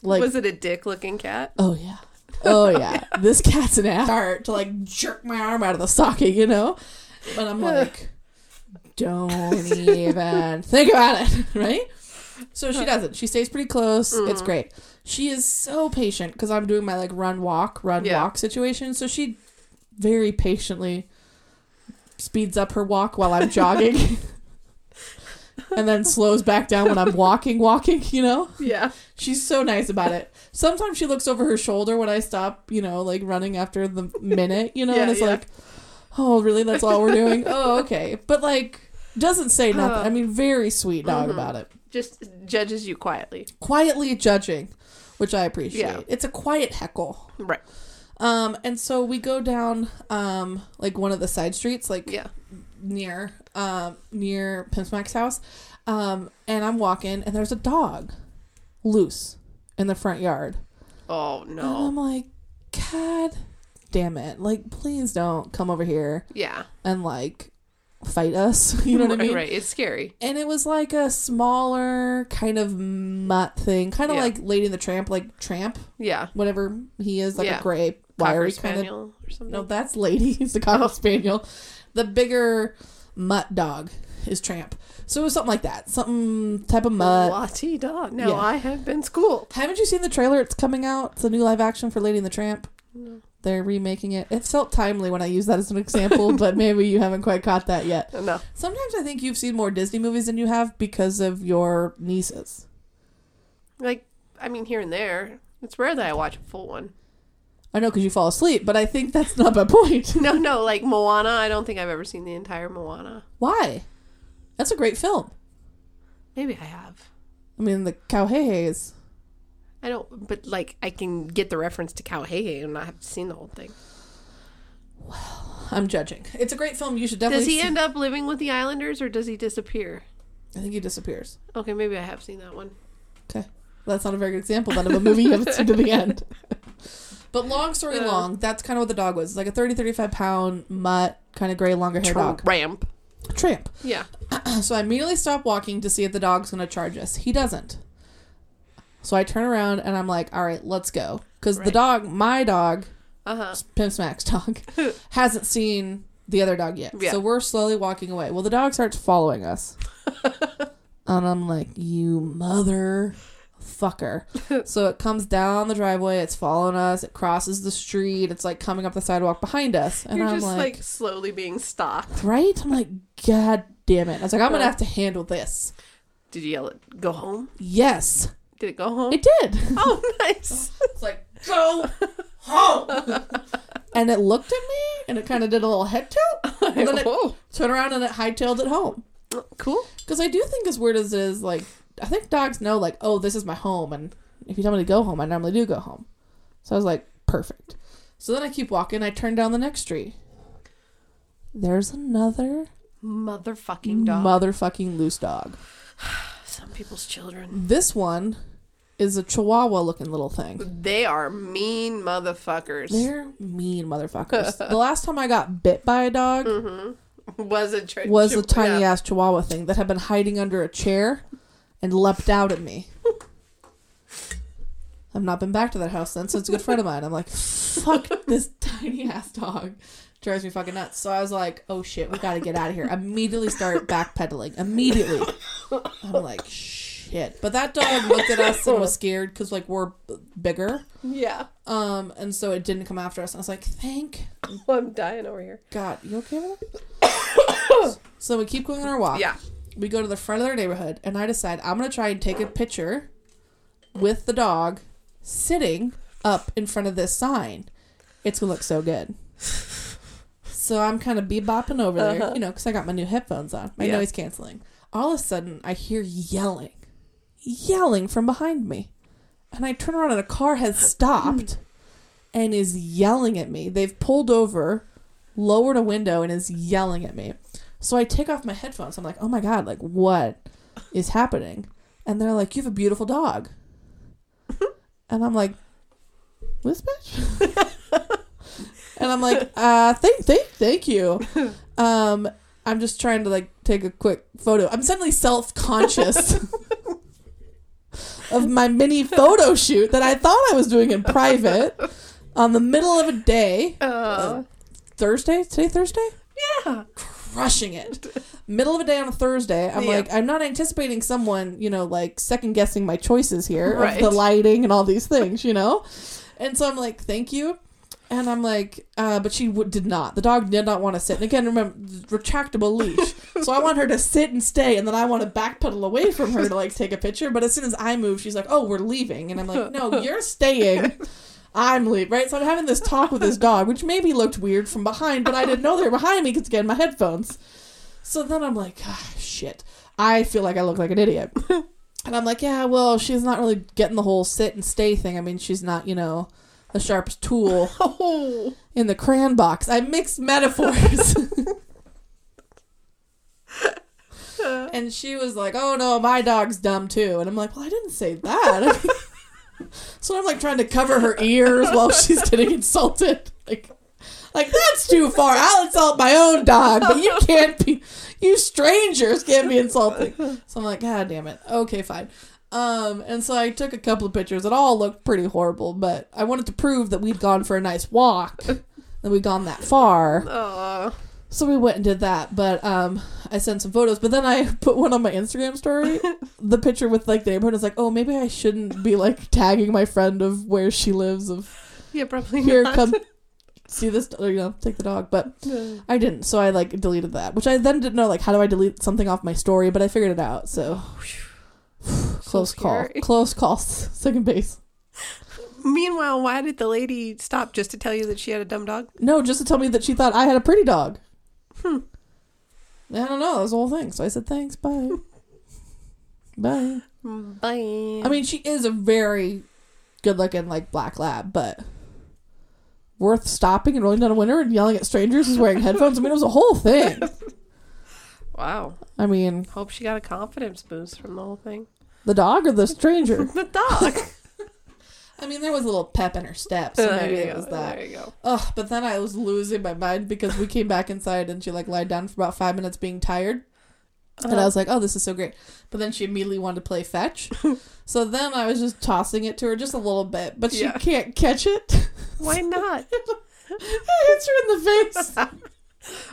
Speaker 2: Like,
Speaker 1: was it a dick looking cat?
Speaker 2: Oh yeah. Oh yeah. this cat's an ass. Start to like jerk my arm out of the socket, you know? But I'm like, don't even think about it, right? So she doesn't. She stays pretty close. It's great. She is so patient because I'm doing my like run walk, run
Speaker 1: Yeah.
Speaker 2: walk situation. So she very patiently speeds up her walk while I'm jogging. and then slows back down when I'm walking, walking, you know?
Speaker 1: Yeah.
Speaker 2: She's so nice about it. Sometimes she looks over her shoulder when I stop, you know, like running after the minute, you know,
Speaker 1: Yeah,
Speaker 2: and it's
Speaker 1: yeah.
Speaker 2: like, oh, really? That's all we're doing? oh, okay. But like, doesn't say nothing. I mean, very sweet dog
Speaker 1: Mm-hmm.
Speaker 2: about it.
Speaker 1: Just judges you quietly.
Speaker 2: Quietly judging, which I appreciate.
Speaker 1: Yeah.
Speaker 2: It's a quiet heckle.
Speaker 1: Right.
Speaker 2: Um, and so we go down, um, like one of the side streets, like
Speaker 1: Yeah.
Speaker 2: near um near Pimpsmack's house. Um, and I'm walking and there's a dog loose in the front yard.
Speaker 1: Oh,
Speaker 2: And I'm
Speaker 1: no.
Speaker 2: like, God damn it. Like, please don't come over here
Speaker 1: Yeah.
Speaker 2: and like fight us. You know what I
Speaker 1: right,
Speaker 2: mean?
Speaker 1: Right. It's scary.
Speaker 2: And it was like a smaller kind of mutt thing, kind of
Speaker 1: Yeah.
Speaker 2: like Lady in the Tramp, like Tramp,
Speaker 1: Yeah.
Speaker 2: whatever he is, like
Speaker 1: Yeah.
Speaker 2: a gray
Speaker 1: Cocker
Speaker 2: wiry kind of.
Speaker 1: spaniel Oh. or something.
Speaker 2: No, that's Lady. He's the cocker spaniel. The bigger mutt dog is Tramp. So it was something like that, something type of mutt.
Speaker 1: Lottie dog. Now
Speaker 2: yeah.
Speaker 1: I have been schooled.
Speaker 2: Haven't you seen the trailer? It's coming out. It's a new live action for Lady and the Tramp. They're remaking it. It felt timely when I used that as an example, but maybe you haven't quite caught that yet.
Speaker 1: No.
Speaker 2: Sometimes I think you've seen more Disney movies than you have because of your nieces.
Speaker 1: Like, I mean, here and there. It's rare that I watch a full one.
Speaker 2: I know because you fall asleep, but I think that's not my point.
Speaker 1: No, no, like Moana. I don't think I've ever seen the entire Moana.
Speaker 2: Why? That's a great film.
Speaker 1: Maybe I have.
Speaker 2: I mean, the Cowhehe is.
Speaker 1: I don't, but like I can get the reference to Cowhage and not have seen the whole thing.
Speaker 2: I'm judging. It's a great film. You should definitely.
Speaker 1: Does he
Speaker 2: see-
Speaker 1: end up living with the Islanders or does he disappear?
Speaker 2: I think he disappears.
Speaker 1: Okay, maybe I have seen that one.
Speaker 2: Okay. That's not a very good example then of a movie you haven't seen to the end. But long story
Speaker 1: Uh.
Speaker 2: long, that's kind of what the dog was. It's like a 30, 35 pound mutt, kind of gray, longer hair dog.
Speaker 1: Ramp.
Speaker 2: Tramp.
Speaker 1: Yeah.
Speaker 2: So I immediately stop walking to see if the dog's going to charge us. He doesn't. So I turn around and I'm like, all right, let's go. Because the
Speaker 1: Right.
Speaker 2: dog, my dog,
Speaker 1: Uh huh.
Speaker 2: Pimp Smack's dog, hasn't seen the other dog yet.
Speaker 1: Yeah.
Speaker 2: So we're slowly walking away. Well, the dog starts following us. and I'm like, you mother fucker. so it comes down the driveway. It's following us. It crosses the street. It's like coming up the sidewalk behind us. And
Speaker 1: You're
Speaker 2: I'm
Speaker 1: just like,
Speaker 2: like,
Speaker 1: slowly being stalked.
Speaker 2: right? I'm like, God damn it. I was like, I'm going to
Speaker 1: Yeah.
Speaker 2: have to handle this.
Speaker 1: Did you yell it? Go home.
Speaker 2: Yes,
Speaker 1: Did it go home?
Speaker 2: it did.
Speaker 1: oh, nice.
Speaker 2: It's like, go home. and it looked at me and it kind of did a little head tilt. And then it
Speaker 1: Whoa.
Speaker 2: turned around and it hightailed it home.
Speaker 1: Cool.
Speaker 2: Because I do think, as weird as it is, like, I think dogs know, like, oh, this is my home. And if you tell me to go home, I normally do go home. So I was like, perfect. So then I keep walking. I turn down the next tree. There's another
Speaker 1: Motherfucking dog.
Speaker 2: motherfucking loose dog.
Speaker 1: Some people's children.
Speaker 2: This one is a chihuahua looking little thing.
Speaker 1: They are mean motherfuckers.
Speaker 2: They're mean motherfuckers. the last time I got bit by a dog
Speaker 1: Mm-hmm. was a tr-
Speaker 2: was
Speaker 1: tr-
Speaker 2: a tiny
Speaker 1: Mm. yeah.
Speaker 2: ass chihuahua thing that had been hiding under a chair and leapt out at me. I've not been back to that house since. It's a good friend of mine. I'm like, fuck this tiny ass dog. Drives me fucking nuts. So I was like, oh shit, we gotta get out of here. Immediately start backpedaling. Immediately. I'm like, shit. But that dog looked at us and was scared because, like, we're b- bigger.
Speaker 1: Yeah.
Speaker 2: Um, and so it didn't come after us. I was like, thank
Speaker 1: I'm dying over here.
Speaker 2: God, you okay with that? so we keep going on our walk.
Speaker 1: Yeah.
Speaker 2: We go to the front of their neighborhood, and I decide I'm going to try and take a picture with the dog sitting up in front of this sign. It's going to look so good. So I'm kind of bebopping over there, you know, because I got my new headphones on, my
Speaker 1: Yeah.
Speaker 2: noise canceling. All of a sudden, I hear yelling, yelling from behind me. And I turn around, and a car has stopped and is yelling at me. They've pulled over, lowered a window, and is yelling at me. So I take off my headphones. I'm like, oh my God, like, what is happening? And they're like, you have a beautiful dog. and I'm like, this bitch? and I'm like, uh, thank, thank, thank you. Um, I'm just trying to like take a quick photo. I'm suddenly self conscious of my mini photo shoot that I thought I was doing in private on the middle of a day.
Speaker 1: Uh,
Speaker 2: Thursday? Today, Thursday?
Speaker 1: yeah.
Speaker 2: crushing it. Middle of a day on a Thursday. I'm
Speaker 1: Yeah.
Speaker 2: like, I'm not anticipating someone, you know, like second guessing my choices here
Speaker 1: Right.
Speaker 2: of the lighting and all these things, you know? And so I'm like, thank you. And I'm like, uh, but she w- did not. The dog did not want to sit. And again, remember, retractable leash. so I want her to sit and stay, and then I want to backpedal away from her to like take a picture. But as soon as I move, she's like, oh, we're leaving. And I'm like, no, you're staying. I'm leaving, right? So I'm having this talk with this dog, which maybe looked weird from behind, but I didn't know they were behind me because, again, my headphones. So then I'm like, ah, shit. I feel like I look like an idiot. and I'm like, yeah, well, she's not really getting the whole sit and stay thing. I mean, she's not, you know, the sharpest tool
Speaker 1: Oh.
Speaker 2: in the crayon box. I mixed metaphors. and she was like, "Oh no, my dog's dumb too." And I'm like, "Well, I didn't say that." so I'm like trying to cover her ears while she's getting insulted. Like like that's too far. I'll insult my own dog, but you can't be you strangers can't be insulting. So I'm like, "God damn it. Okay, fine." Um, and so I took a couple of pictures. It all looked pretty horrible, but I wanted to prove that we'd gone for a nice walk, that we'd gone that far.
Speaker 1: Uh,
Speaker 2: So we went and did that, but um, I sent some photos. But then I put one on my Instagram story, the picture with like the neighborhood. I was like, oh, maybe I shouldn't be like tagging my friend of where she lives. Of
Speaker 1: yeah, probably
Speaker 2: here
Speaker 1: not.
Speaker 2: come see this, or, you know, take the dog. But I didn't, so I like deleted that, which I then didn't know like how do I delete something off my story, but I figured it out. So close call,
Speaker 1: Oh, scary.
Speaker 2: close call, second base.
Speaker 1: Meanwhile, why did the lady stop just to tell you that she had a dumb dog?
Speaker 2: No, just to tell me that she thought I had a pretty dog.
Speaker 1: Hmm.
Speaker 2: I don't know. That was the whole thing. So I said thanks, bye, bye.
Speaker 1: Bye.
Speaker 2: I mean, she is a very good-looking like black lab, but worth stopping and rolling down a window and yelling at strangers is wearing headphones. I mean, it was a whole thing.
Speaker 1: wow.
Speaker 2: I mean,
Speaker 1: Hope she got a confidence boost from the whole thing.
Speaker 2: the dog or the stranger.
Speaker 1: The dog.
Speaker 2: I mean, there was a little pep in her step, so maybe
Speaker 1: you
Speaker 2: it was
Speaker 1: go,
Speaker 2: that.
Speaker 1: There you go.
Speaker 2: Ugh, but then I was losing my mind because we came back inside and she like lied down for about five minutes being tired. And I
Speaker 1: Uh,
Speaker 2: was like, oh, this is so great. But then she immediately wanted to play fetch. so then I was just tossing it to her just a little bit, but she
Speaker 1: Yeah.
Speaker 2: can't catch it.
Speaker 1: Why not?
Speaker 2: I hits her in the face.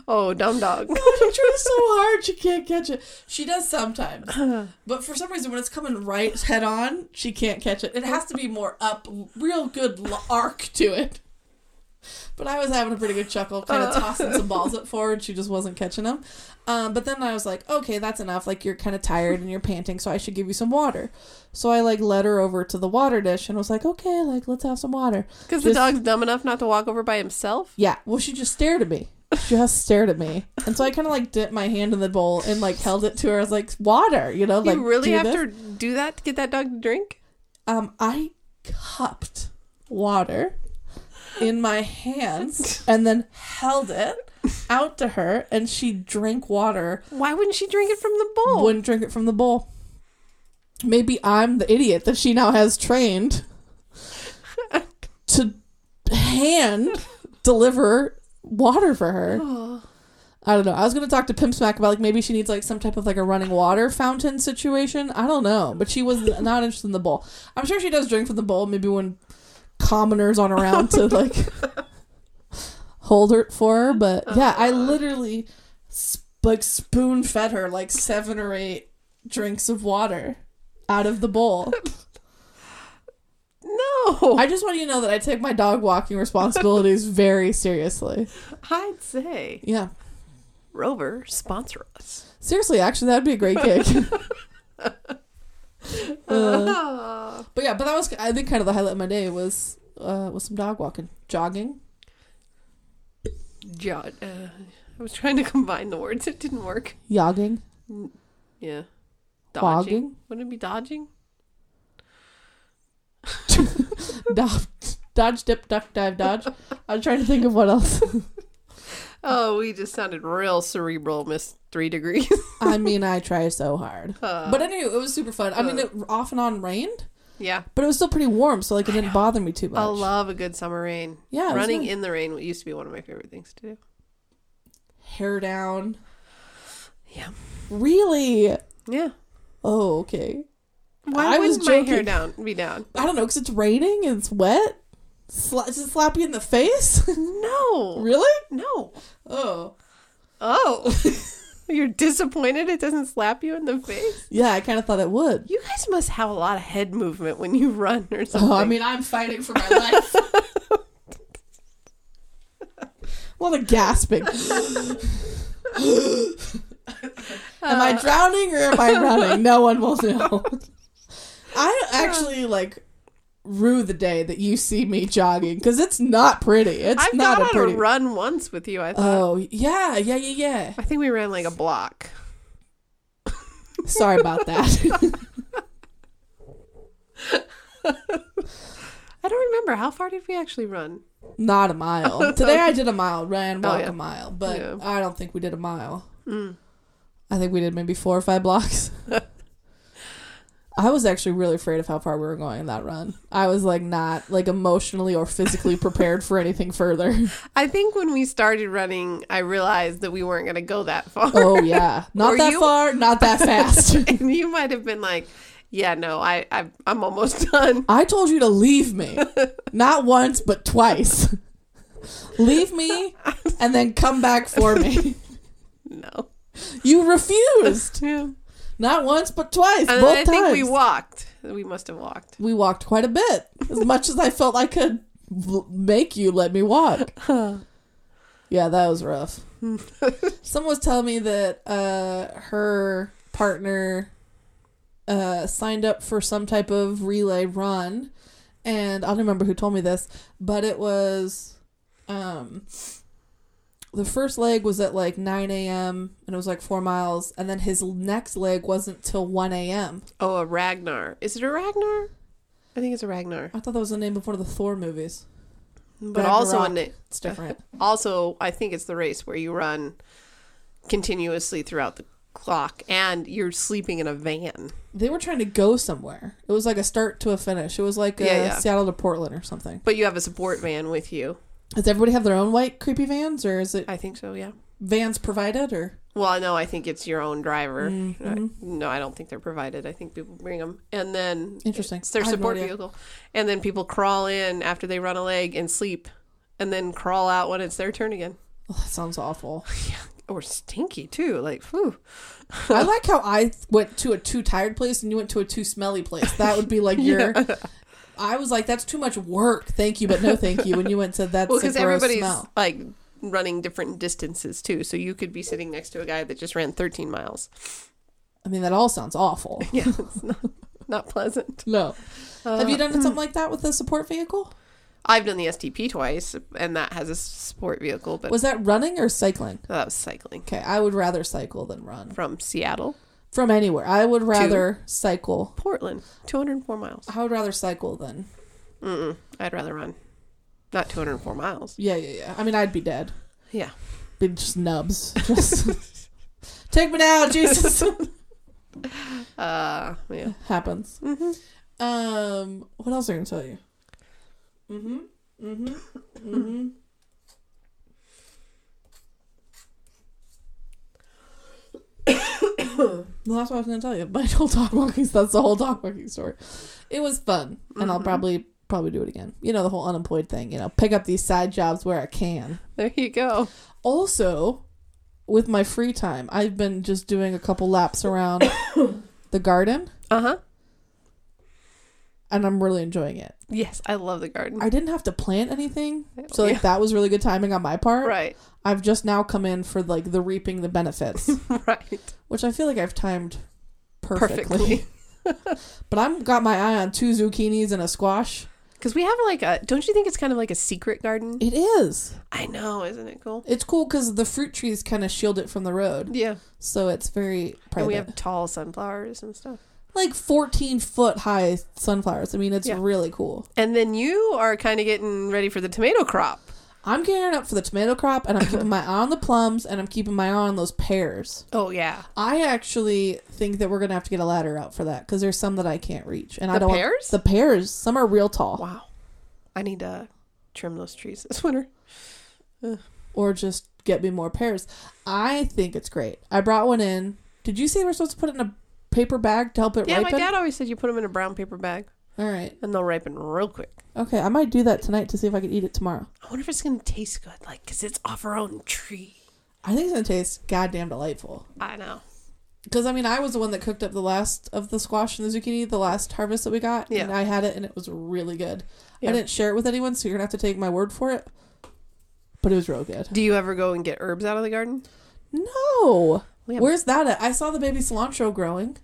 Speaker 1: Oh, dumb dog.
Speaker 2: she tries so hard she can't catch it. She does sometimes. But for some reason, when it's coming right head on, she can't catch it. It has to be more up, real good l- arc to it. But I was having a pretty good chuckle, kind of tossing some balls up forward. She just wasn't catching them. Um, but then I was like, okay, that's enough. Like, you're kind of tired and you're panting, so I should give you some water. So I, like, led her over to the water dish and was like, okay, like, let's have some water.
Speaker 1: Because the
Speaker 2: Just-
Speaker 1: dog's dumb enough not to walk over by himself.
Speaker 2: Yeah. Well, she just stared at me. She just stared at me, and so I kind of like dipped my hand in the bowl and like held it to her. I was like, "Water," you know, like
Speaker 1: you really
Speaker 2: do
Speaker 1: have
Speaker 2: this.
Speaker 1: to do that to get that dog to drink?
Speaker 2: Um, I cupped water in my hands and then held it out to her, and she drank water.
Speaker 1: Why wouldn't she drink it from the bowl?
Speaker 2: Wouldn't drink it from the bowl. Maybe I'm the idiot that she now has trained to hand deliver water for her.
Speaker 1: Oh,
Speaker 2: I don't know. I was gonna talk to Pimp Smack about like maybe she needs like some type of like a running water fountain situation. I don't know, but she was not interested in the bowl. I'm sure she does drink from the bowl. Maybe when commoners on around to like hold it for her. But yeah, I literally sp- like spoon fed her like seven or eight drinks of water out of the bowl.
Speaker 1: no.
Speaker 2: I just want you to know that I take my dog walking responsibilities very seriously.
Speaker 1: I'd say
Speaker 2: Yeah.
Speaker 1: Rover sponsor us.
Speaker 2: Seriously, actually, that'd be a great gig. Uh,
Speaker 1: Ah.
Speaker 2: but yeah, but that was I think kind of the highlight of my day was uh, was some dog walking, jogging.
Speaker 1: Jo- uh, I was trying to combine the words. It didn't work.
Speaker 2: Yogging,
Speaker 1: Yeah. Dodging.
Speaker 2: Jogging.
Speaker 1: Wouldn't it be dodging?
Speaker 2: dodge, dodge, dip, duck, dive, dodge. I'm trying to think of what else.
Speaker 1: Oh, we just sounded real cerebral, Miss Three Degrees.
Speaker 2: I mean, I try so hard.
Speaker 1: Uh,
Speaker 2: But anyway, it was super fun. I mean, it off and on rained,
Speaker 1: yeah.
Speaker 2: but it was still pretty warm, so like it didn't bother me too much.
Speaker 1: I love a good summer rain.
Speaker 2: Yeah, it was
Speaker 1: Running
Speaker 2: nice.
Speaker 1: in the rain used to be one of my favorite things to do.
Speaker 2: hair down.
Speaker 1: Yeah.
Speaker 2: Really?
Speaker 1: Yeah.
Speaker 2: Oh, okay.
Speaker 1: Why
Speaker 2: I
Speaker 1: would
Speaker 2: was
Speaker 1: my hair
Speaker 2: joking.
Speaker 1: down be down?
Speaker 2: I don't know, cause it's raining and it's wet. Sla- does it slap you in the face?
Speaker 1: No.
Speaker 2: really?
Speaker 1: No.
Speaker 2: Oh.
Speaker 1: Oh. You're disappointed it doesn't slap you in the face?
Speaker 2: Yeah, I kind of thought it would.
Speaker 1: You guys must have a lot of head movement when you run or something.
Speaker 2: Oh, I mean, I'm fighting for my life. what a gasping. am I
Speaker 1: Uh,
Speaker 2: drowning or am I running? No one will know. I actually like rue the day that you see me jogging because it's not pretty. It's
Speaker 1: I've
Speaker 2: not
Speaker 1: gone
Speaker 2: a
Speaker 1: on
Speaker 2: pretty.
Speaker 1: a run once with you, I thought.
Speaker 2: Oh, yeah, yeah, yeah, yeah.
Speaker 1: I think we ran like a block.
Speaker 2: Sorry about that.
Speaker 1: I don't remember. How far did we actually run?
Speaker 2: not a mile. Today I did a mile, ran,
Speaker 1: Oh,
Speaker 2: walk
Speaker 1: yeah.
Speaker 2: a mile, but
Speaker 1: Yeah.
Speaker 2: I don't think we did a mile.
Speaker 1: Mm.
Speaker 2: I think we did maybe four or five blocks. I was actually really afraid of how far we were going in that run. I was like not like emotionally or physically prepared for anything further.
Speaker 1: I think when we started running, I realized that we weren't going to go that far.
Speaker 2: Oh yeah, not
Speaker 1: Were
Speaker 2: that
Speaker 1: you-
Speaker 2: far, not that fast.
Speaker 1: and you might have been like, yeah, no, I, I, I'm almost done.
Speaker 2: I told you to leave me. Not once, but twice. leave me and then come back for me.
Speaker 1: No.
Speaker 2: You refused.
Speaker 1: Yeah.
Speaker 2: Not once, but twice.
Speaker 1: And then
Speaker 2: both
Speaker 1: I
Speaker 2: times.
Speaker 1: think we walked. We must have walked.
Speaker 2: we walked quite a bit, as much as I felt I could. l- make you let me walk. yeah, that was rough. Someone was telling me that uh, her partner uh, signed up for some type of relay run, and I don't remember who told me this, but it was. Um, the first leg was at like 9 a.m. and it was like four miles, and then his next leg wasn't till 1 a.m.
Speaker 1: Oh, a Ragnar. Is it a Ragnar? I think it's a Ragnar.
Speaker 2: I thought that was the name of one of the Thor movies.
Speaker 1: But also in
Speaker 2: Ragnarok.
Speaker 1: it,
Speaker 2: It's different.
Speaker 1: also I think it's the race where you run continuously throughout the clock and you're sleeping in a van.
Speaker 2: They were trying to go somewhere. It was like a start to a finish. It was like uh
Speaker 1: Yeah, yeah.
Speaker 2: Seattle to Portland or something.
Speaker 1: But you have a support van with you.
Speaker 2: Does everybody have their own white creepy vans, or is it
Speaker 1: I think so, yeah.
Speaker 2: vans provided? Or
Speaker 1: Well, no, I think it's your own driver.
Speaker 2: Mhm.
Speaker 1: I- no, I don't think they're provided. I think people bring them. And then
Speaker 2: Interesting.
Speaker 1: it's their
Speaker 2: I have no
Speaker 1: support
Speaker 2: idea.
Speaker 1: vehicle. And then people crawl in after they run a leg and sleep and then crawl out when it's their turn again.
Speaker 2: Oh, that sounds awful.
Speaker 1: Or stinky too. Like, whew.
Speaker 2: I like how I th- went to a too tired place and you went to a too smelly place. That would be like your. I was like, that's too much work. Thank you, but no, thank you. When you went to that's
Speaker 1: Well,
Speaker 2: a gross
Speaker 1: because everybody's
Speaker 2: smell.
Speaker 1: like running different distances too. So you could be sitting next to a guy that just ran 13 miles.
Speaker 2: I mean, that all sounds awful.
Speaker 1: Yeah, it's not, not pleasant.
Speaker 2: No, have you
Speaker 1: Uh,
Speaker 2: done something like that with a support vehicle?
Speaker 1: I've done the STP twice, and that has a sport vehicle, but
Speaker 2: Was that running or cycling?
Speaker 1: so that was cycling
Speaker 2: Okay, I would rather cycle than run
Speaker 1: from Seattle,
Speaker 2: from anywhere. I would rather cycle.
Speaker 1: Portland, 204 miles.
Speaker 2: I would rather cycle than
Speaker 1: Mm-mm, I'd rather run, not 204 miles.
Speaker 2: yeah, yeah, yeah. I mean, I'd be dead.
Speaker 1: Yeah.
Speaker 2: be just nubs. Just take me now, Jesus.
Speaker 1: Uh, yeah.
Speaker 2: Happens.
Speaker 1: hmm
Speaker 2: Um, what else are I gonna tell you? Mm-hmm. Mm-hmm. Mm-hmm. well, that's what I was gonna tell you. My whole dog walking. That's the whole dog walking story. It was fun, and I'll
Speaker 1: Mhm.
Speaker 2: probably probably do it again. You know the whole unemployed thing. You know, pick up these side jobs where I can.
Speaker 1: There you go.
Speaker 2: Also, with my free time, I've been just doing a couple laps around the garden,
Speaker 1: Uh huh.
Speaker 2: and I'm really enjoying it.
Speaker 1: Yes, I love the garden.
Speaker 2: I didn't have to plant anything. So like
Speaker 1: Yeah.
Speaker 2: that was really good timing on my part.
Speaker 1: right,
Speaker 2: I've just now come in for like the reaping the benefits,
Speaker 1: right,
Speaker 2: which I feel like I've timed perfectly.
Speaker 1: perfectly.
Speaker 2: But I'm got my eye on two zucchinis and a squash.
Speaker 1: Because we have like a, don't you think it's kind of like a secret garden?
Speaker 2: It is.
Speaker 1: I know, isn't it cool?
Speaker 2: It's cool because the fruit trees kind of shield it from the road,
Speaker 1: Yeah,
Speaker 2: so it's very private.
Speaker 1: and we have tall sunflowers and stuff.
Speaker 2: like 14 foot high sunflowers. I mean, it's
Speaker 1: Yeah.
Speaker 2: really cool.
Speaker 1: And then you are kind of getting ready for the tomato crop.
Speaker 2: I'm gearing up for the tomato crop, and I'm keeping my eye on the plums, and I'm keeping my eye on those pears.
Speaker 1: Oh yeah,
Speaker 2: I actually think that we're gonna have to get a ladder out for that because there's some that I can't reach, and I
Speaker 1: The
Speaker 2: don't
Speaker 1: pears?
Speaker 2: want the pears. Some are real tall,
Speaker 1: wow. I need to trim those trees this winter.
Speaker 2: or just get me more pears. I think it's great. I brought one in. Did you say we're supposed to put it in a paper bag to help it
Speaker 1: Yeah,
Speaker 2: ripen?
Speaker 1: my dad always said you put them in a brown paper bag
Speaker 2: All right.
Speaker 1: and they'll ripen real quick.
Speaker 2: Okay, I might do that tonight to see if I can eat it tomorrow.
Speaker 1: I wonder if it's gonna taste good, like, cause it's off our own tree.
Speaker 2: I think it's gonna taste goddamn delightful.
Speaker 1: I know.
Speaker 2: Because I mean, I was the one that cooked up the last of the squash and the zucchini, the last harvest that we got.
Speaker 1: Yeah.
Speaker 2: And I had it, and it was really good.
Speaker 1: Yeah.
Speaker 2: I didn't share it with anyone, so you're gonna have to take my word for it. But it was real good.
Speaker 1: Do you ever go and get herbs out of the garden?
Speaker 2: No,
Speaker 1: We have-
Speaker 2: where's that at? I saw the baby cilantro growing.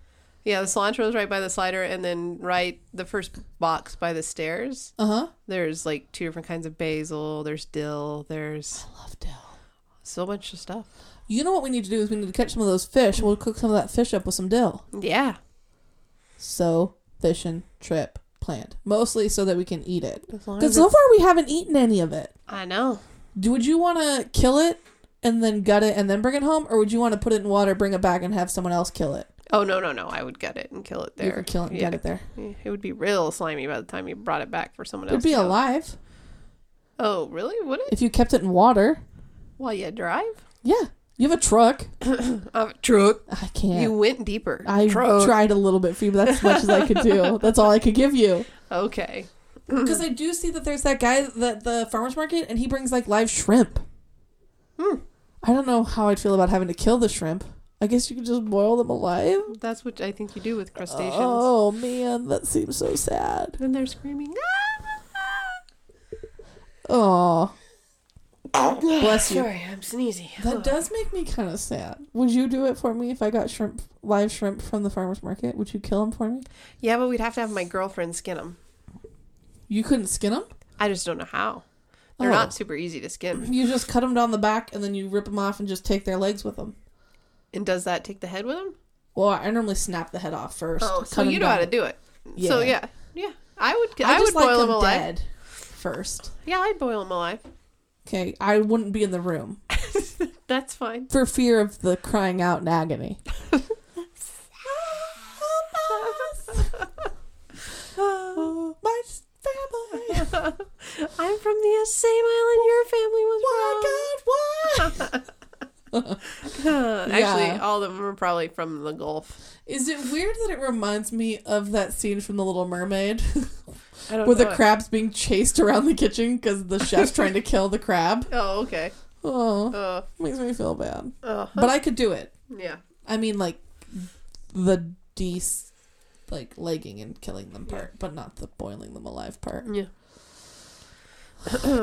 Speaker 1: Yeah, the cilantro is right by the slider, and then right the first box by the stairs.
Speaker 2: Uh huh.
Speaker 1: There's like two different kinds of basil. There's dill. There's
Speaker 2: I love dill.
Speaker 1: so much stuff.
Speaker 2: You know what we need to do is we need to catch some of those fish. and We'll cook some of that fish up with some dill.
Speaker 1: Yeah,
Speaker 2: So fishing trip planned mostly so that we can eat it.
Speaker 1: as long
Speaker 2: Because
Speaker 1: as
Speaker 2: so
Speaker 1: it's-
Speaker 2: far we haven't eaten any of it.
Speaker 1: I know.
Speaker 2: Do, would you want to kill it and then gut it and then bring it home, or would you want to put it in water, bring it back, and have someone else kill it?
Speaker 1: Oh no no no! I would gut it and kill it there.
Speaker 2: You could kill it and
Speaker 1: yeah.
Speaker 2: get it there.
Speaker 1: Yeah, It would be real slimy by the time you brought it back for someone
Speaker 2: It'd
Speaker 1: else.
Speaker 2: be
Speaker 1: to go.
Speaker 2: alive
Speaker 1: Oh really? Would it?
Speaker 2: if you kept it in water.
Speaker 1: While you drive?
Speaker 2: Yeah, you have a truck.
Speaker 1: Uh, truck.
Speaker 2: I can't.
Speaker 1: You went deeper.
Speaker 2: I
Speaker 1: truck.
Speaker 2: tried a little bit for you, but that's as much as I could do. That's all I could give you.
Speaker 1: okay. Mm.
Speaker 2: Because I do see that there's that guy that the farmers market, and he brings like live shrimp.
Speaker 1: Hmm.
Speaker 2: I don't know how I'd feel about having to kill the shrimp. I guess you could just boil them alive.
Speaker 1: That's what I think you do with crustaceans.
Speaker 2: Oh man, that seems so sad.
Speaker 1: And they're screaming. "Ah!"
Speaker 2: Oh, bless you.
Speaker 1: Sorry, I'm sneezy.
Speaker 2: That does make me kind of sad. Would you do it for me if I got shrimp, live shrimp from the farmer's market? Would you kill them for me?
Speaker 1: Yeah, but we'd have to have my girlfriend skin them.
Speaker 2: You couldn't skin them.
Speaker 1: I just don't know how. They're
Speaker 2: Oh.
Speaker 1: not super easy to skin.
Speaker 2: You just cut them down the back and then you rip them off and just take their legs with them.
Speaker 1: And does that take the head with them?
Speaker 2: Well, I normally snap the head off first.
Speaker 1: Oh,
Speaker 2: cut
Speaker 1: so
Speaker 2: 'em
Speaker 1: you know
Speaker 2: down.
Speaker 1: how to do it. So yeah,
Speaker 2: Yeah.
Speaker 1: yeah. I would.
Speaker 2: I,
Speaker 1: I, would
Speaker 2: just like
Speaker 1: boil them
Speaker 2: them
Speaker 1: alive.
Speaker 2: dead first.
Speaker 1: Yeah, I'd boil them alive.
Speaker 2: Okay, I wouldn't be in the room
Speaker 1: That's fine.
Speaker 2: for fear of the crying out in agony. Oh, my family.
Speaker 1: I'm from the same island your family was
Speaker 2: Why, God, why?
Speaker 1: from. Actually,
Speaker 2: Yeah.
Speaker 1: all of them are probably from the Gulf.
Speaker 2: Is it weird that it reminds me of that scene from The Little Mermaid
Speaker 1: I don't
Speaker 2: with the
Speaker 1: know.
Speaker 2: crabs being chased around the kitchen because the chef's trying to kill the crab?
Speaker 1: Oh, okay.
Speaker 2: Oh,
Speaker 1: Oh,
Speaker 2: makes me feel bad.
Speaker 1: oh,
Speaker 2: But I could do it.
Speaker 1: yeah.
Speaker 2: I mean, like the dece, like legging and killing them part, but not the boiling them alive part.
Speaker 1: Yeah.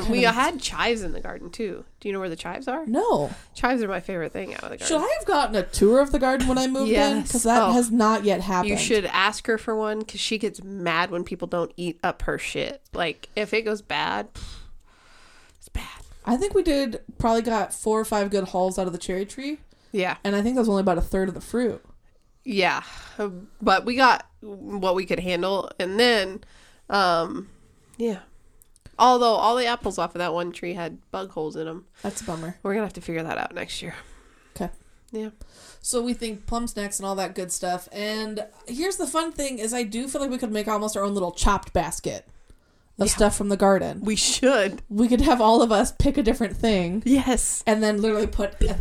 Speaker 1: we had chives in the garden too. Do you know where the chives are?
Speaker 2: No,
Speaker 1: Chives are my favorite thing out of the garden.
Speaker 2: should I have gotten a tour of the garden when I moved in?
Speaker 1: Yes.
Speaker 2: Because that
Speaker 1: Oh.
Speaker 2: has not yet happened.
Speaker 1: You should ask her for one because she gets mad when people don't eat up her shit. Like if it goes bad, pff, it's bad.
Speaker 2: I think we did probably got four or five good hauls out of the cherry tree,
Speaker 1: Yeah,
Speaker 2: and I think that was only about a third of the fruit.
Speaker 1: yeah. Um, But we got what we could handle, and then, um, yeah. Although all the apples off of that one tree had bug holes in them,
Speaker 2: That's a bummer.
Speaker 1: we're gonna have to figure that out next year.
Speaker 2: 'Kay.
Speaker 1: Yeah.
Speaker 2: So we think plum snacks and all that good stuff. And here's the fun thing: is I do feel like we could make almost our own little chopped basket of
Speaker 1: Yeah.
Speaker 2: stuff from the garden.
Speaker 1: We should.
Speaker 2: we could have all of us pick a different thing
Speaker 1: Yes.
Speaker 2: and then literally put a,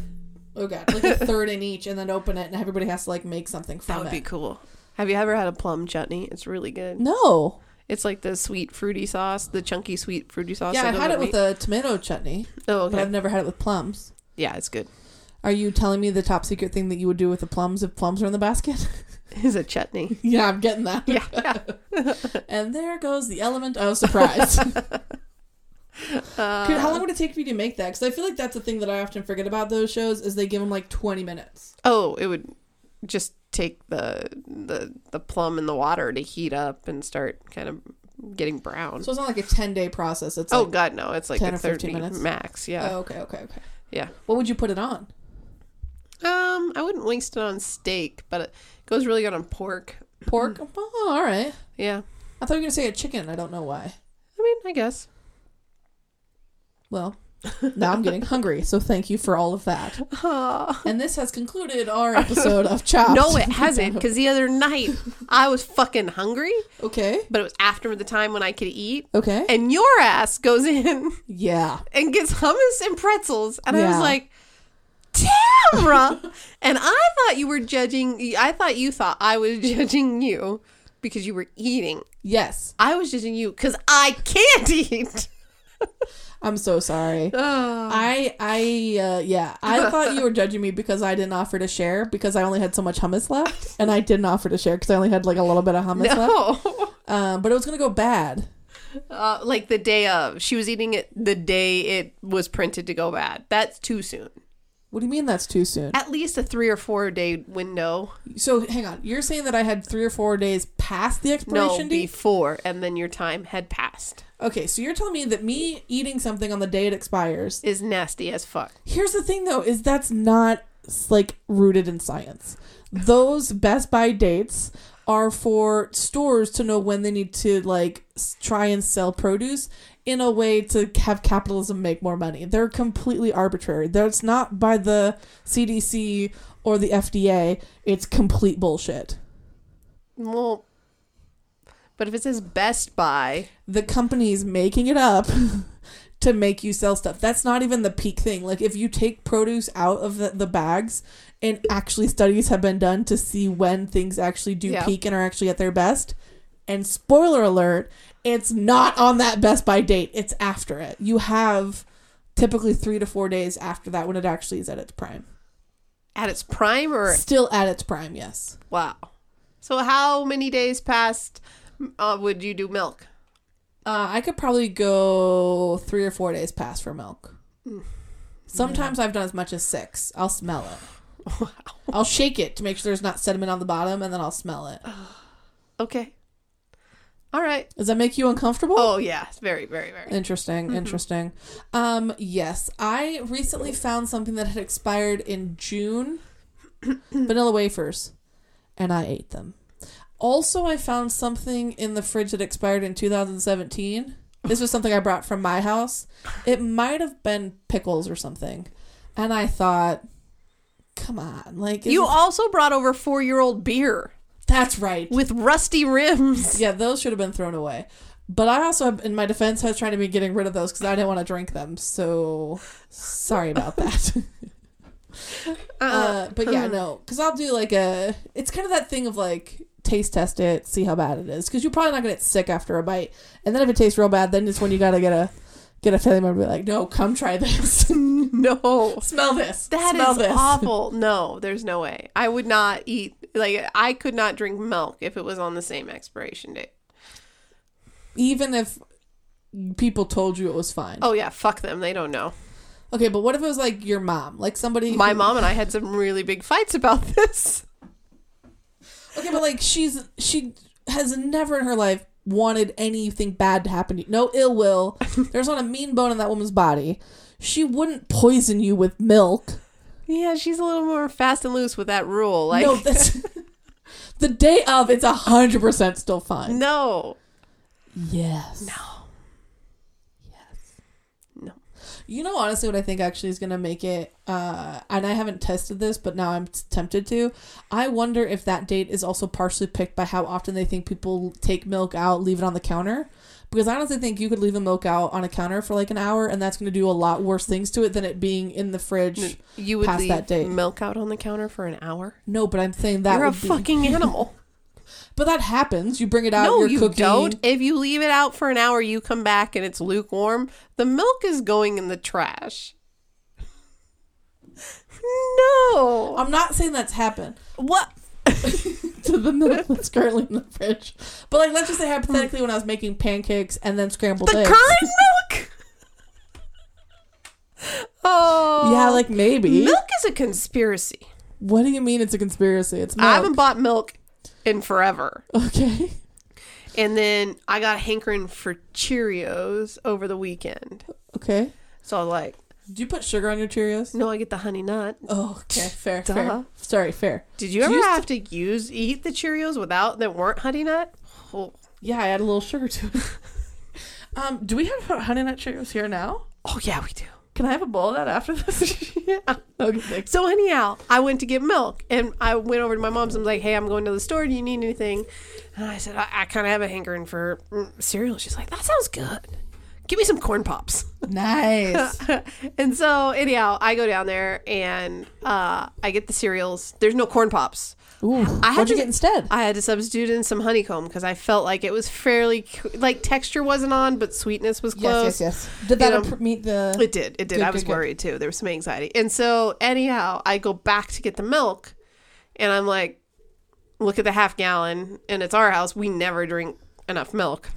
Speaker 2: oh god like a third in each and then open it and everybody has to like make something
Speaker 1: That
Speaker 2: from
Speaker 1: would
Speaker 2: it
Speaker 1: be cool. Have you ever had a plum chutney? It's really good.
Speaker 2: no
Speaker 1: It's like the sweet fruity sauce, the chunky sweet fruity sauce.
Speaker 2: yeah
Speaker 1: that
Speaker 2: i've
Speaker 1: goes
Speaker 2: had it with a tomato chutney
Speaker 1: meat. Oh,
Speaker 2: but i've
Speaker 1: okay.
Speaker 2: never had it with plums
Speaker 1: Yeah, it's good.
Speaker 2: are you telling me the top secret thing that you would do with the plums if plums are in the basket
Speaker 1: Is a chutney.
Speaker 2: yeah i'm getting that
Speaker 1: Yeah.
Speaker 2: and there goes the element of surprise
Speaker 1: Uh,
Speaker 2: Dude, how long would it take me to make that because i feel like that's the thing that i often forget about those shows is they give them like 20 minutes
Speaker 1: oh, it would just take the the the plum in the water to heat up and start kind of getting brown.
Speaker 2: so it's not like a 10 day process it's
Speaker 1: oh
Speaker 2: like
Speaker 1: god, no, it's like
Speaker 2: 10
Speaker 1: a
Speaker 2: or 15
Speaker 1: 30
Speaker 2: minutes?
Speaker 1: max, yeah.
Speaker 2: oh, okay okay okay
Speaker 1: Yeah.
Speaker 2: what would you put it on
Speaker 1: Um, I wouldn't waste it on steak, but it goes really good on pork.
Speaker 2: Pork?
Speaker 1: Mm.
Speaker 2: Oh, all right.
Speaker 1: Yeah.
Speaker 2: I thought you were going to say a chicken. I don't know why.
Speaker 1: I mean, I guess.
Speaker 2: Well, now I'm getting hungry, so thank you for all of that. And this has concluded our episode of Chopped.
Speaker 1: No, it hasn't, because the other night I was fucking hungry,
Speaker 2: Okay.
Speaker 1: but it was after the time when I could eat.
Speaker 2: Okay.
Speaker 1: And your ass goes in
Speaker 2: Yeah.
Speaker 1: and gets hummus and pretzels. And I was
Speaker 2: Yeah.
Speaker 1: like, Tamra! and I thought you were judging, I thought you thought I was judging you because you were eating.
Speaker 2: Yes.
Speaker 1: I was judging you because I can't eat.
Speaker 2: I'm so sorry.
Speaker 1: Oh,
Speaker 2: I I uh, yeah. I thought you were judging me because I didn't offer to share because I only had so much hummus left, and I didn't offer to share because I only had like a little bit of hummus left.
Speaker 1: no.
Speaker 2: Um, but it was gonna go bad.
Speaker 1: Uh, like the day of. She was eating it the day it was printed to go bad. That's too soon.
Speaker 2: What do you mean that's too soon?
Speaker 1: At least a three or four day window.
Speaker 2: So hang on. You're saying that I had three or four days past the
Speaker 1: No,
Speaker 2: expiration date?
Speaker 1: before. And then your time had passed.
Speaker 2: Okay, so you're telling me that me eating something on the day it expires.
Speaker 1: Is nasty as fuck.
Speaker 2: Here's the thing though, is that's not like rooted in science. Those Best Buy dates are for stores to know when they need to like s- try and sell produce in a way to have capitalism make more money. They're completely arbitrary. That's not by the CDC or the FDA. It's complete bullshit.
Speaker 1: Well, but if it says Best Buy,
Speaker 2: the company's making it up to make you sell stuff. That's not even the peak thing. Like if you take produce out of the, the bags and actually studies have been done to see when things actually do
Speaker 1: Yeah.
Speaker 2: peak and are actually at their best. And spoiler alert, it's not on that best by date. It's after it. You have typically 3 to 4 days after that when it actually is at its prime.
Speaker 1: at its prime or
Speaker 2: Still at its prime, yes.
Speaker 1: wow. So how many days past uh, would you do milk?
Speaker 2: Uh, I could probably go three or four days past for milk. Sometimes I've done as much as six. I'll smell it.
Speaker 1: Wow.
Speaker 2: I'll shake it to make sure there's not sediment on the bottom, and then I'll smell it.
Speaker 1: Okay. All right.
Speaker 2: Does that make you uncomfortable?
Speaker 1: Oh yeah, it's very, very, very.
Speaker 2: Interesting, interesting. Um, yes, I recently found something that had expired in June, vanilla wafers, and I ate them. Also, I found something in the fridge that expired in 2017. This was something I brought from my house. It might have been pickles or something, and I thought, "Come on, like
Speaker 1: You
Speaker 2: isn't-
Speaker 1: also brought over four-year-old beer
Speaker 2: that's right."
Speaker 1: with rusty rims.
Speaker 2: Yeah, those should have been thrown away. But I also, in my defense, I was trying to be getting rid of those because I didn't want to drink them. So sorry about that. uh, but yeah, no, because I'll do like a. It's kind of that thing of like taste test it, see how bad it is, because you're probably not gonna get sick after a bite. And then if it tastes real bad, then it's when you gotta get a get a family member to be like, no, come try this,
Speaker 1: Uh, No.
Speaker 2: smell this,
Speaker 1: That is
Speaker 2: smell this.
Speaker 1: awful. No, there's no way. I would not eat like I could not drink milk if it was on the same expiration date.
Speaker 2: Even if people told you it was fine.
Speaker 1: Oh yeah, fuck them. They don't know.
Speaker 2: Okay, but what if it was like your mom, like somebody
Speaker 1: My
Speaker 2: who-
Speaker 1: mom and I had some really big fights about this.
Speaker 2: Okay, but like she's she has never in her life wanted anything bad to happen to you. No ill will. There's not a mean bone in that woman's body. She wouldn't poison you with milk.
Speaker 1: Yeah, she's a little more fast and loose with that rule. Like
Speaker 2: no,
Speaker 1: no.
Speaker 2: that's the day of. It's a hundred percent still fine. Yes. No. Yes.
Speaker 1: No.
Speaker 2: You know, honestly, what I think actually is going to make it, uh, and I haven't tested this, but now I'm tempted to. I wonder if that date is also partially picked by how often they think people take milk out, leave it on the counter. Because I honestly think you could leave the milk out on a counter for like an hour, and that's going to do a lot worse things to it than it being in the fridge.
Speaker 1: You would
Speaker 2: Past
Speaker 1: leave
Speaker 2: that date.
Speaker 1: milk out on the counter for an hour.
Speaker 2: No, but I'm saying that
Speaker 1: You're a
Speaker 2: would be-
Speaker 1: fucking animal.
Speaker 2: But that happens. You bring it out.
Speaker 1: no,
Speaker 2: you're
Speaker 1: you
Speaker 2: cooking.
Speaker 1: don't. If you leave it out for an hour, you come back and it's lukewarm. The milk is going in the trash. No.
Speaker 2: I'm not saying that's happened.
Speaker 1: Um, What?
Speaker 2: to the milk that's currently in the fridge. But like, let's just say hypothetically, when I was making pancakes and then scrambled
Speaker 1: The
Speaker 2: eggs,
Speaker 1: current milk? oh.
Speaker 2: yeah, like maybe.
Speaker 1: milk is a conspiracy.
Speaker 2: What do you mean it's a conspiracy? It's
Speaker 1: I
Speaker 2: milk.
Speaker 1: haven't bought milk in forever.
Speaker 2: okay.
Speaker 1: And then I got hankering for Cheerios over the weekend.
Speaker 2: Okay.
Speaker 1: So I was like,
Speaker 2: Do you put sugar on your Cheerios?
Speaker 1: no, I get the honey nut.
Speaker 2: Oh, okay, fair,
Speaker 1: Duh.
Speaker 2: fair. Sorry, fair.
Speaker 1: Did you ever
Speaker 2: used
Speaker 1: have to use eat the Cheerios without that weren't honey nut? Oh,
Speaker 2: Yeah, I add a little sugar to it. um, do we have honey nut Cheerios here now?
Speaker 1: oh yeah, we do.
Speaker 2: Can I have a bowl of that after this?
Speaker 1: Yeah.
Speaker 2: okay, thanks.
Speaker 1: So anyhow, I went to get milk and I went over to my mom's. I'm like, hey, I'm going to the store. Do you need anything? And I said, I, I kind of have a hankering for mm, cereal. She's like, that sounds good. Give me some corn pops.
Speaker 2: Nice.
Speaker 1: and so anyhow, I go down there and uh, I get the cereals. There's no corn pops.
Speaker 2: Ooh,
Speaker 1: I had
Speaker 2: what'd you
Speaker 1: to-
Speaker 2: get instead?
Speaker 1: I had to substitute in some honeycomb because I felt like it was fairly like texture wasn't on, but sweetness was close.
Speaker 2: yes. Did that
Speaker 1: You know,
Speaker 2: appro- meet the?
Speaker 1: It did. It did.
Speaker 2: Good,
Speaker 1: I
Speaker 2: good,
Speaker 1: was
Speaker 2: good.
Speaker 1: worried too. There was some anxiety, and so anyhow, I go back to get the milk, and I'm like, look at the half gallon, and it's our house. We never drink enough milk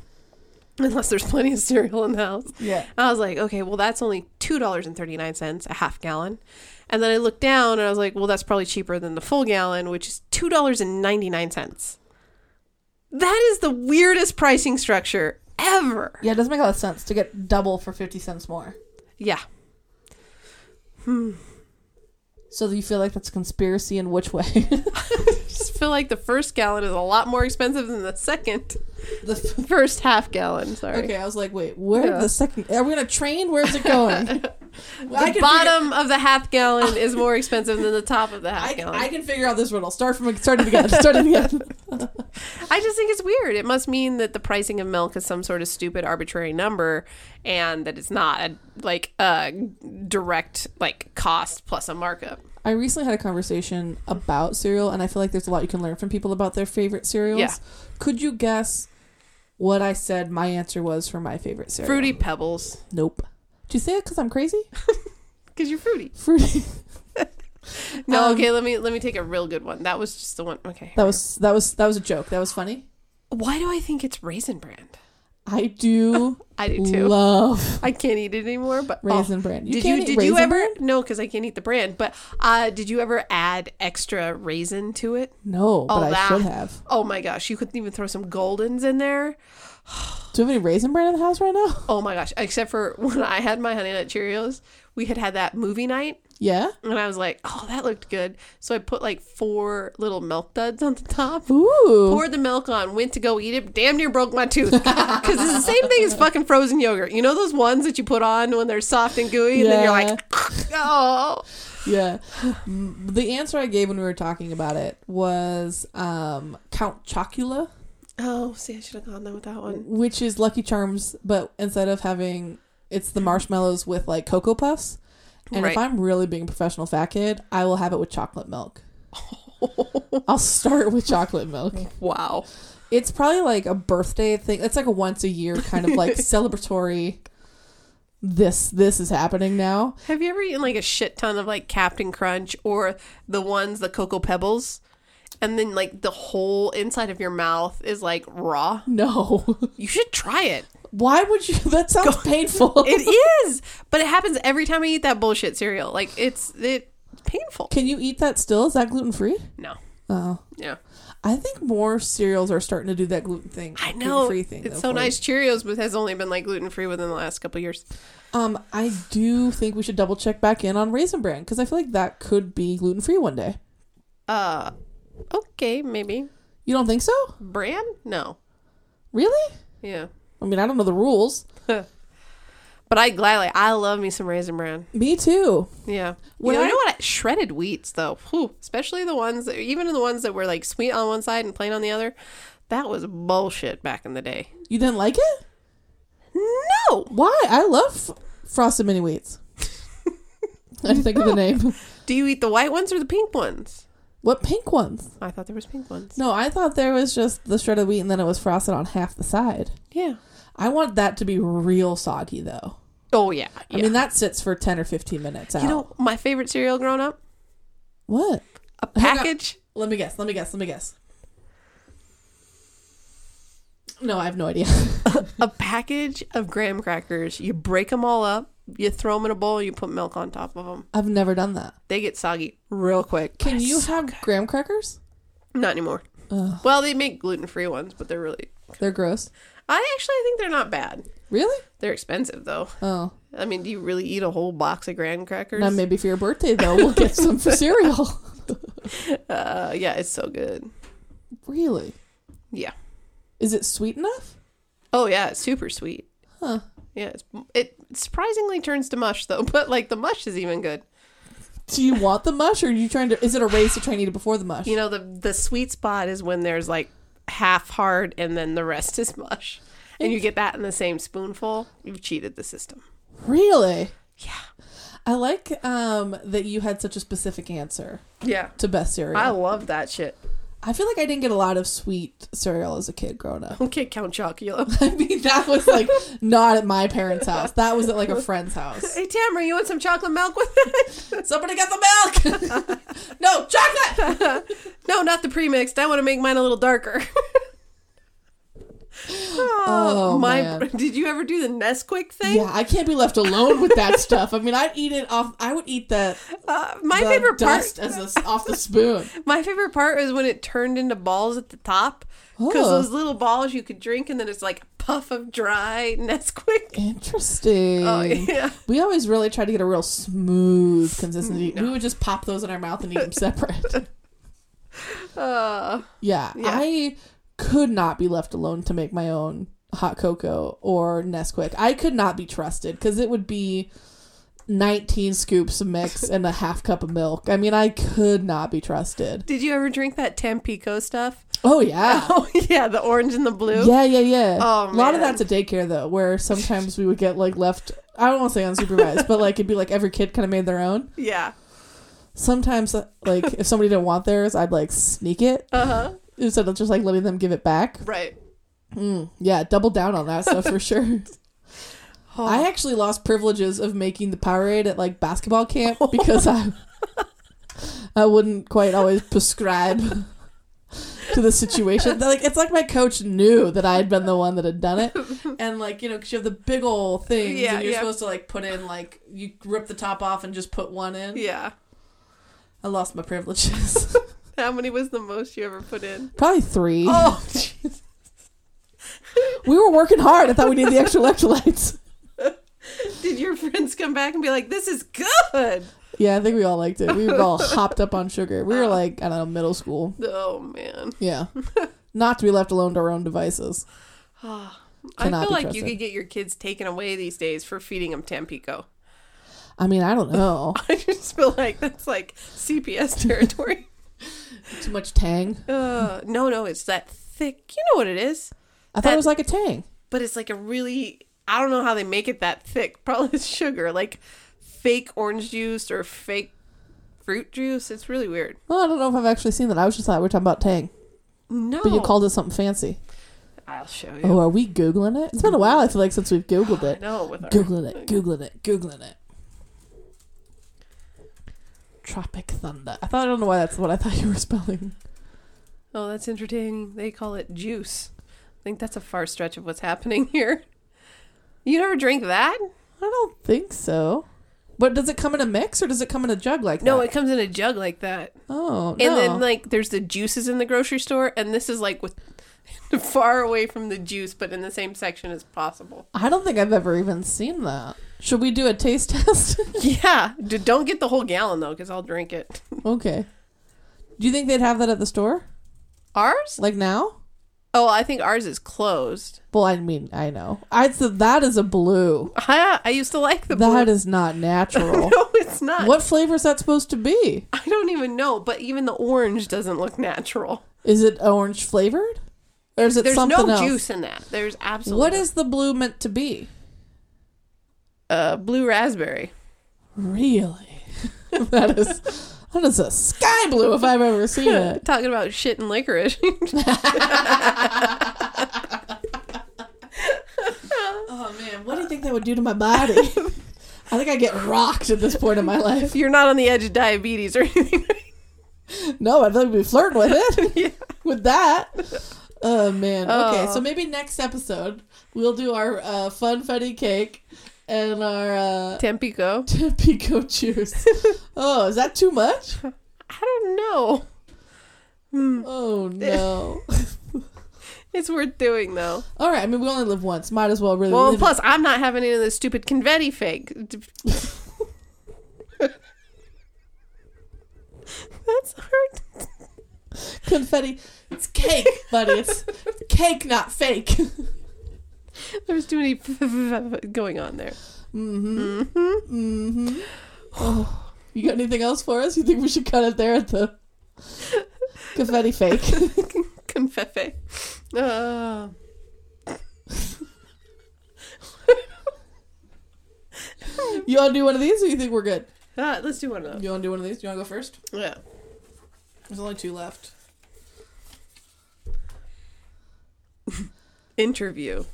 Speaker 1: unless there's plenty of cereal in the house.
Speaker 2: Yeah.
Speaker 1: I was like, okay, well, that's only $2.39 a half gallon. And then I looked down and I was like, well, that's probably cheaper than the full gallon, which is $2.99. That is the weirdest pricing structure ever.
Speaker 2: Yeah, it doesn't make a lot of sense to get double for 50 cents more.
Speaker 1: Yeah.
Speaker 2: So you feel like that's a conspiracy in which way?
Speaker 1: Just feel like the first gallon is a lot more expensive than the second.
Speaker 2: the f-
Speaker 1: First half gallon, sorry.
Speaker 2: okay, I was like, wait, where did
Speaker 1: Yeah.
Speaker 2: the second? Are we on a train? Where's it going? the
Speaker 1: The bottom of the half gallon is more expensive than the top of the half
Speaker 2: I can,
Speaker 1: gallon.
Speaker 2: I can figure out this riddle. Start from start it again. Start it again.
Speaker 1: I just think it's weird. It must mean that the pricing of milk is some sort of stupid arbitrary number and that it's not a, like a direct like cost plus a markup.
Speaker 2: I recently had a conversation about cereal, and I feel like there's a lot you can learn from people about their favorite cereals.
Speaker 1: Yeah.
Speaker 2: Could you guess what I said? My answer was for my favorite cereal.
Speaker 1: Fruity Pebbles
Speaker 2: Nope. Do you say it because I'm crazy?
Speaker 1: cuz you're fruity.
Speaker 2: Fruity.
Speaker 1: No,
Speaker 2: Um,
Speaker 1: okay, let me let me take a real good one. That was just the one. Okay.
Speaker 2: That was that was that was a joke. That was funny.
Speaker 1: Why do I think it's Raisin Brand?
Speaker 2: I do
Speaker 1: I do too.
Speaker 2: love
Speaker 1: I can't eat it anymore. But oh.
Speaker 2: raisin bran. You
Speaker 1: did
Speaker 2: can't
Speaker 1: you
Speaker 2: eat
Speaker 1: did you
Speaker 2: Raisin
Speaker 1: ever
Speaker 2: Bran?
Speaker 1: no? Because I can't eat the brand. But uh, did you ever add extra raisin to it?
Speaker 2: No, but
Speaker 1: Oh,
Speaker 2: I
Speaker 1: that.
Speaker 2: should have.
Speaker 1: Oh my gosh, you couldn't even throw some goldens in there.
Speaker 2: Do you have any raisin bran in the house right now?
Speaker 1: Oh my gosh, except for when I had my honey nut Cheerios, we had had that movie night,
Speaker 2: Yeah.
Speaker 1: and I was like, oh, that looked good. So I put like four little milk duds on the top.
Speaker 2: Ooh.
Speaker 1: poured the milk on, went to go eat it, damn near broke my tooth. Because it's the same thing as fucking frozen yogurt. You know those ones that you put on when they're soft and gooey, and then you're
Speaker 2: Yeah.
Speaker 1: like, oh.
Speaker 2: yeah. Mm, The answer I gave when we were talking about it was um, Count Chocula,
Speaker 1: Oh, see, I should have gone there with that one.
Speaker 2: which is Lucky Charms, but instead of having it's the marshmallows with like cocoa puffs. And if
Speaker 1: Right.
Speaker 2: I'm really being a professional fat kid, I will have it with chocolate milk. I'll start with chocolate milk.
Speaker 1: Wow.
Speaker 2: It's probably like a birthday thing. It's like a once a year kind of like celebratory. This this is happening now.
Speaker 1: Have you ever eaten like a shit ton of like Captain Crunch or the ones, the Cocoa Pebbles? And then like the whole inside of your mouth is like raw.
Speaker 2: No,
Speaker 1: You should try it.
Speaker 2: why would you? That sounds painful.
Speaker 1: It is, but it happens every time I eat that bullshit cereal. Like it's it painful.
Speaker 2: Can you eat that still? Is that gluten free?
Speaker 1: No.
Speaker 2: Oh,
Speaker 1: Yeah.
Speaker 2: I think more cereals are starting to do that gluten thing.
Speaker 1: I know
Speaker 2: gluten-free thing.
Speaker 1: it's
Speaker 2: though,
Speaker 1: so
Speaker 2: for you.
Speaker 1: nice. Cheerios but has only been like gluten free within the last couple years.
Speaker 2: Um, I do think we should double check back in on Raisin Bran because I feel like that could be gluten free one day.
Speaker 1: Uh, okay, maybe
Speaker 2: You don't think so?
Speaker 1: bran? No,
Speaker 2: Really?
Speaker 1: yeah,
Speaker 2: I mean, I don't know the rules.
Speaker 1: but I gladly I love me some raisin bran.
Speaker 2: Me too.
Speaker 1: Yeah, you
Speaker 2: When
Speaker 1: know, you
Speaker 2: I-
Speaker 1: know what? shredded wheats though, Whew. especially the ones that even the ones that were like sweet on one side and plain on the other. That was bullshit back in the day.
Speaker 2: You didn't like it?
Speaker 1: No,
Speaker 2: Why? I love f- Frosted Mini Wheats. I didn't think of the name.
Speaker 1: do you eat the white ones or the pink ones?
Speaker 2: What pink ones?
Speaker 1: I thought there was pink ones.
Speaker 2: No, I thought there was just the shredded wheat and then it was frosted on half the side.
Speaker 1: Yeah.
Speaker 2: I want that to be real soggy though.
Speaker 1: Oh yeah.
Speaker 2: I
Speaker 1: yeah.
Speaker 2: mean, that sits for 10 or 15 minutes out.
Speaker 1: you know my favorite cereal growing up?
Speaker 2: what?
Speaker 1: A
Speaker 2: Hang on.
Speaker 1: package.
Speaker 2: Let me guess. Let me guess. Let me guess. No, I have no idea.
Speaker 1: a package of graham crackers. You break them all up, you throw them in a bowl, you put milk on top of them.
Speaker 2: I've never done that.
Speaker 1: They get soggy real quick.
Speaker 2: Can
Speaker 1: But
Speaker 2: you
Speaker 1: it's so
Speaker 2: have
Speaker 1: good.
Speaker 2: graham crackers?
Speaker 1: Not anymore.
Speaker 2: Ugh,
Speaker 1: Well, they make gluten free ones, but they're really.
Speaker 2: they're gross.
Speaker 1: I actually think they're not bad.
Speaker 2: Really?
Speaker 1: They're expensive though.
Speaker 2: Oh,
Speaker 1: I mean, do you really eat a whole box of graham crackers?
Speaker 2: now maybe for your birthday though, we'll get some for cereal.
Speaker 1: uh, yeah, it's so good.
Speaker 2: Really?
Speaker 1: Yeah.
Speaker 2: Is it sweet enough?
Speaker 1: Oh yeah, it's super sweet.
Speaker 2: Huh.
Speaker 1: Yeah, it's, it surprisingly turns to mush though, but like the mush is even good.
Speaker 2: Do you want the mush, or are you trying to? Is it a race to try and eat it before the mush?
Speaker 1: You know, the the sweet spot is when there's like half hard and then the rest is mush. And you get that in the same spoonful, you've cheated the system.
Speaker 2: really?
Speaker 1: Yeah.
Speaker 2: I like um, that you had such a specific answer
Speaker 1: Yeah.
Speaker 2: to best cereal.
Speaker 1: I
Speaker 2: I,
Speaker 1: love that shit.
Speaker 2: feel like I didn't get a lot of sweet cereal as a kid growing up.
Speaker 1: Okay, Count Chocula.
Speaker 2: I mean, that was like not at my parents' house. That was at like a friend's house.
Speaker 1: hey, Tamara, you want some chocolate milk with it?
Speaker 2: Somebody get the milk. no chocolate.
Speaker 1: no, not the premixed. I want to make mine a little darker. oh,
Speaker 2: Oh,
Speaker 1: my.
Speaker 2: man.
Speaker 1: Did you ever do the Nesquik thing?
Speaker 2: Yeah, I can't be left alone with that stuff. I mean, I'd eat it off. I would eat the,
Speaker 1: Uh, my
Speaker 2: the
Speaker 1: favorite part.
Speaker 2: dust as a s off the spoon.
Speaker 1: My favorite part was when it turned into balls at the top. Because
Speaker 2: Oh.
Speaker 1: those little balls you could drink, and then it's like a puff of dry Nesquik.
Speaker 2: Interesting.
Speaker 1: Oh, yeah.
Speaker 2: We always really tried to get a real smooth
Speaker 1: Mm,
Speaker 2: consistency. We would just pop those in our mouth and eat them separate.
Speaker 1: Uh,
Speaker 2: yeah,
Speaker 1: Yeah.
Speaker 2: I could not be left alone to make my own hot cocoa or Nesquik. I could not be trusted because it would be 19 scoops of mix and a half cup of milk. I mean, I could not be trusted.
Speaker 1: did you ever drink that Tampico stuff?
Speaker 2: Oh, yeah.
Speaker 1: Oh, yeah, the orange and the blue.
Speaker 2: Yeah, yeah, yeah.
Speaker 1: Oh,
Speaker 2: a lot of
Speaker 1: man.
Speaker 2: that's at daycare though, where sometimes we would get like left. I don't want to say unsupervised, but like it'd be like every kid kind of made their own.
Speaker 1: Yeah.
Speaker 2: sometimes uh, like if somebody didn't want theirs i'd like sneak it
Speaker 1: Uh huh.
Speaker 2: instead of just like letting them give it back
Speaker 1: Right.
Speaker 2: mm, yeah double down on that stuff for sure
Speaker 1: Oh,
Speaker 2: i actually lost privileges of making the powerade at like basketball camp because i i wouldn't quite always prescribe to the situation. They're like it's like my coach knew that I had been the one that had done it, and like you know, because you have the big old things,
Speaker 1: Yeah,
Speaker 2: and you're
Speaker 1: yeah.
Speaker 2: supposed to like put in like you rip the top off and just put one in.
Speaker 1: Oh, Yeah.
Speaker 2: I lost my privileges.
Speaker 1: How many was the most you ever put in?
Speaker 2: Probably three.
Speaker 1: Oh,
Speaker 2: We were working hard. I thought we needed the extra electrolytes.
Speaker 1: did your friends come back and be like, "This is good"?
Speaker 2: Yeah, I think we all liked it. We were all hopped up on sugar. We were like I don't know, middle school.
Speaker 1: Oh man.
Speaker 2: Yeah, not to be left alone to our own devices.
Speaker 1: Ah, I
Speaker 2: Cannot
Speaker 1: feel
Speaker 2: be
Speaker 1: like you
Speaker 2: trusted.
Speaker 1: could get your kids taken away these days for feeding them Tampico.
Speaker 2: I mean, I don't know.
Speaker 1: I just feel like that's like CPS territory.
Speaker 2: Too much tang.
Speaker 1: uh, no, no, it's that thick. You know what it is,
Speaker 2: I thought
Speaker 1: That-
Speaker 2: it was like a tang.
Speaker 1: but it's like a really. I don't know how they make it that thick. Probably it's sugar, like fake orange juice or fake fruit juice. It's really weird.
Speaker 2: Well, I don't know if I've actually seen that. I was just thought we were talking about tang,
Speaker 1: No,
Speaker 2: but you called it something fancy.
Speaker 1: I'll show you.
Speaker 2: Oh, are we googling it? It's been a while. I feel like since we've googled
Speaker 1: I
Speaker 2: it,
Speaker 1: know. With our,
Speaker 2: googling it, googling it, googling it. Tropic thunder. I thought I don't know why that's what I thought you were spelling.
Speaker 1: oh, that's entertaining. They call it juice. I think that's a far stretch of what's happening here. You never drink that?
Speaker 2: I don't think so. But does it come in a mix or does it come in a jug like
Speaker 1: No,
Speaker 2: that?
Speaker 1: it comes in a jug like that.
Speaker 2: oh,
Speaker 1: And
Speaker 2: no.
Speaker 1: then like there's the juices in the grocery store, and this is like with far away from the juice, but in the same section as possible.
Speaker 2: I don't think I've ever even seen that. Should we do a taste test?
Speaker 1: yeah, D- don't get the whole gallon though, because I'll drink it.
Speaker 2: okay. Do you think they'd have that at the store
Speaker 1: Ours?
Speaker 2: like now?
Speaker 1: Oh, I think ours is closed.
Speaker 2: Well, I mean, I know. I so that is a blue.
Speaker 1: I, I used to like the.
Speaker 2: That is
Speaker 1: blue-
Speaker 2: not natural.
Speaker 1: no, it's not.
Speaker 2: what flavor is that supposed to be?
Speaker 1: I don't even know, but even the orange doesn't look natural.
Speaker 2: Is it orange flavored, or is it
Speaker 1: There's
Speaker 2: something
Speaker 1: no
Speaker 2: else?
Speaker 1: juice in that. There's absolutely
Speaker 2: What is the blue meant to be?
Speaker 1: uh, blue raspberry?
Speaker 2: Really? that is that is a sky blue if I've ever seen it.
Speaker 1: Talking about shit and licorice.
Speaker 2: Oh man, what do you think that would do to my body? I think I get rocked at this point in my life.
Speaker 1: if you're not on the edge of diabetes or anything,
Speaker 2: No, I'd like to be flirting with it. With that. Oh man. Okay,
Speaker 1: Oh.
Speaker 2: so maybe next episode we'll do our uh, fun funny cake and our uh,
Speaker 1: Tampico.
Speaker 2: Tampico juice. oh, is that too much?
Speaker 1: I don't know. Hmm.
Speaker 2: Oh no.
Speaker 1: It's worth doing though.
Speaker 2: All right. I mean, we only live once. Might as well really.
Speaker 1: Well,
Speaker 2: live
Speaker 1: and plus I'm not having any of this stupid confetti fake. That's hard.
Speaker 2: confetti. It's cake, buddy. It's cake, not fake.
Speaker 1: There's too many going on there.
Speaker 2: Mm-hmm. Mm-hmm. Oh, you got anything else for us? You think we should cut it there at the confetti fake?
Speaker 1: Confefe. Uh.
Speaker 2: You want to do one of these, or you think we're good?
Speaker 1: Ah, let's do one of those.
Speaker 2: You want to do one of these? You want to go first?
Speaker 1: Yeah.
Speaker 2: There's only two left.
Speaker 1: Interview.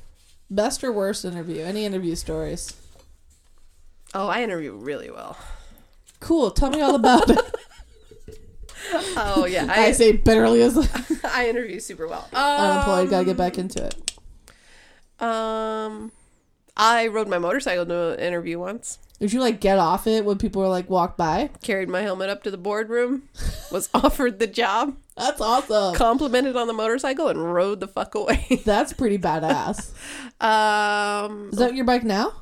Speaker 2: Best or worst interview? Any interview stories?
Speaker 1: Oh, I interview really well.
Speaker 2: Cool. Tell me all about it.
Speaker 1: Oh yeah,
Speaker 2: I,
Speaker 1: I
Speaker 2: say bitterly as
Speaker 1: I interview super well.
Speaker 2: unemployed. Got to
Speaker 1: Um,
Speaker 2: get back into it.
Speaker 1: Um, I rode my motorcycle to an interview once.
Speaker 2: Did you like get off it when people were like walk by?
Speaker 1: Carried my helmet up to the boardroom. Was offered the job.
Speaker 2: That's
Speaker 1: Oh.
Speaker 2: awesome.
Speaker 1: complimented on the motorcycle and rode the fuck away.
Speaker 2: That's pretty badass.
Speaker 1: um,
Speaker 2: Is that your bike now?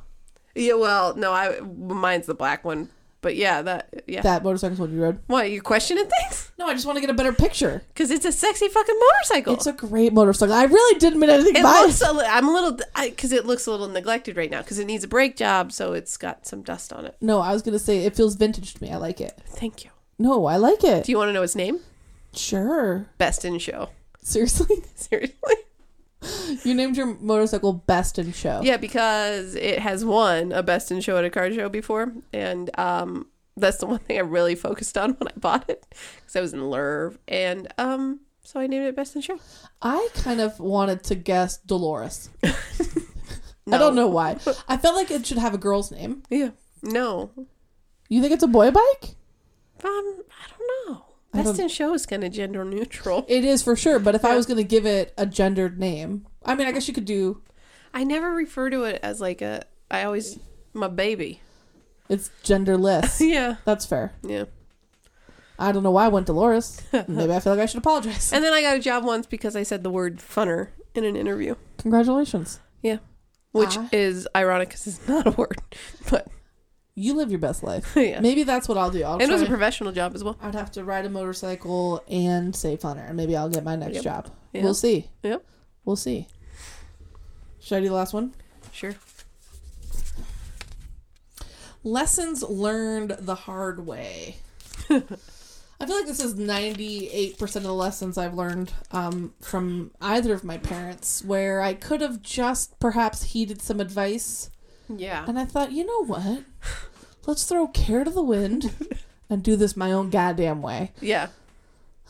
Speaker 1: yeah, well, no, I mine's the black one, but yeah, that yeah.
Speaker 2: That motorcycle's one you rode?
Speaker 1: Why you questioning things?
Speaker 2: No, I just want to get a better picture.
Speaker 1: Because it's a sexy fucking motorcycle.
Speaker 2: It's a great motorcycle. I really didn't mean anything
Speaker 1: it
Speaker 2: by
Speaker 1: looks
Speaker 2: it.
Speaker 1: a li- I'm a little because it looks a little neglected right now because it needs a brake job, so it's got some dust on it.
Speaker 2: No, I was gonna say it feels vintage to me. I like it.
Speaker 1: Thank you.
Speaker 2: No, I like it.
Speaker 1: Do you want to know its name?
Speaker 2: sure.
Speaker 1: Best in Show.
Speaker 2: Seriously,
Speaker 1: Seriously?
Speaker 2: you named your motorcycle Best in Show.
Speaker 1: Yeah, because it has won a Best in Show at a car show before, and um, that's the one thing I really focused on when I bought it because I was in Lerv, and um, so I named it Best in Show.
Speaker 2: I kind of wanted to guess Dolores. I
Speaker 1: No.
Speaker 2: don't know why. I felt like it should have a girl's name.
Speaker 1: Yeah, no, um,
Speaker 2: You think it's a boy bike?
Speaker 1: I don't know.
Speaker 2: I
Speaker 1: Best
Speaker 2: don't-
Speaker 1: in Show is kind of gender neutral.
Speaker 2: It is for sure, but if I
Speaker 1: Yeah.
Speaker 2: was going to give it a gendered name, I mean, I guess you could do
Speaker 1: I never refer to it as like a. I always my baby.
Speaker 2: it's genderless.
Speaker 1: yeah,
Speaker 2: That's fair.
Speaker 1: yeah.
Speaker 2: I don't know why I went Dolores. Maybe I feel like I should apologize.
Speaker 1: And then I got a job once because I said the word funner in an interview,
Speaker 2: Congratulations.
Speaker 1: which
Speaker 2: Ah.
Speaker 1: is ironic because it's not a word. But
Speaker 2: You live your best life.
Speaker 1: yeah,
Speaker 2: Maybe that's what I'll do. I'll
Speaker 1: and it was a
Speaker 2: try-
Speaker 1: professional job as well.
Speaker 2: I'd have to ride a motorcycle and save funner, and maybe I'll get my next
Speaker 1: Yep.
Speaker 2: job.
Speaker 1: Yeah.
Speaker 2: We'll see.
Speaker 1: Yep.
Speaker 2: We'll see. Should I do the last one?
Speaker 1: Sure.
Speaker 2: Lessons learned the hard way. I feel like this is 98% of the lessons I've learned um, from either of my parents, where I could have just perhaps heeded some advice.
Speaker 1: Yeah.
Speaker 2: And I thought, you know what? Let's throw care to the wind and do this my own goddamn way.
Speaker 1: Yeah.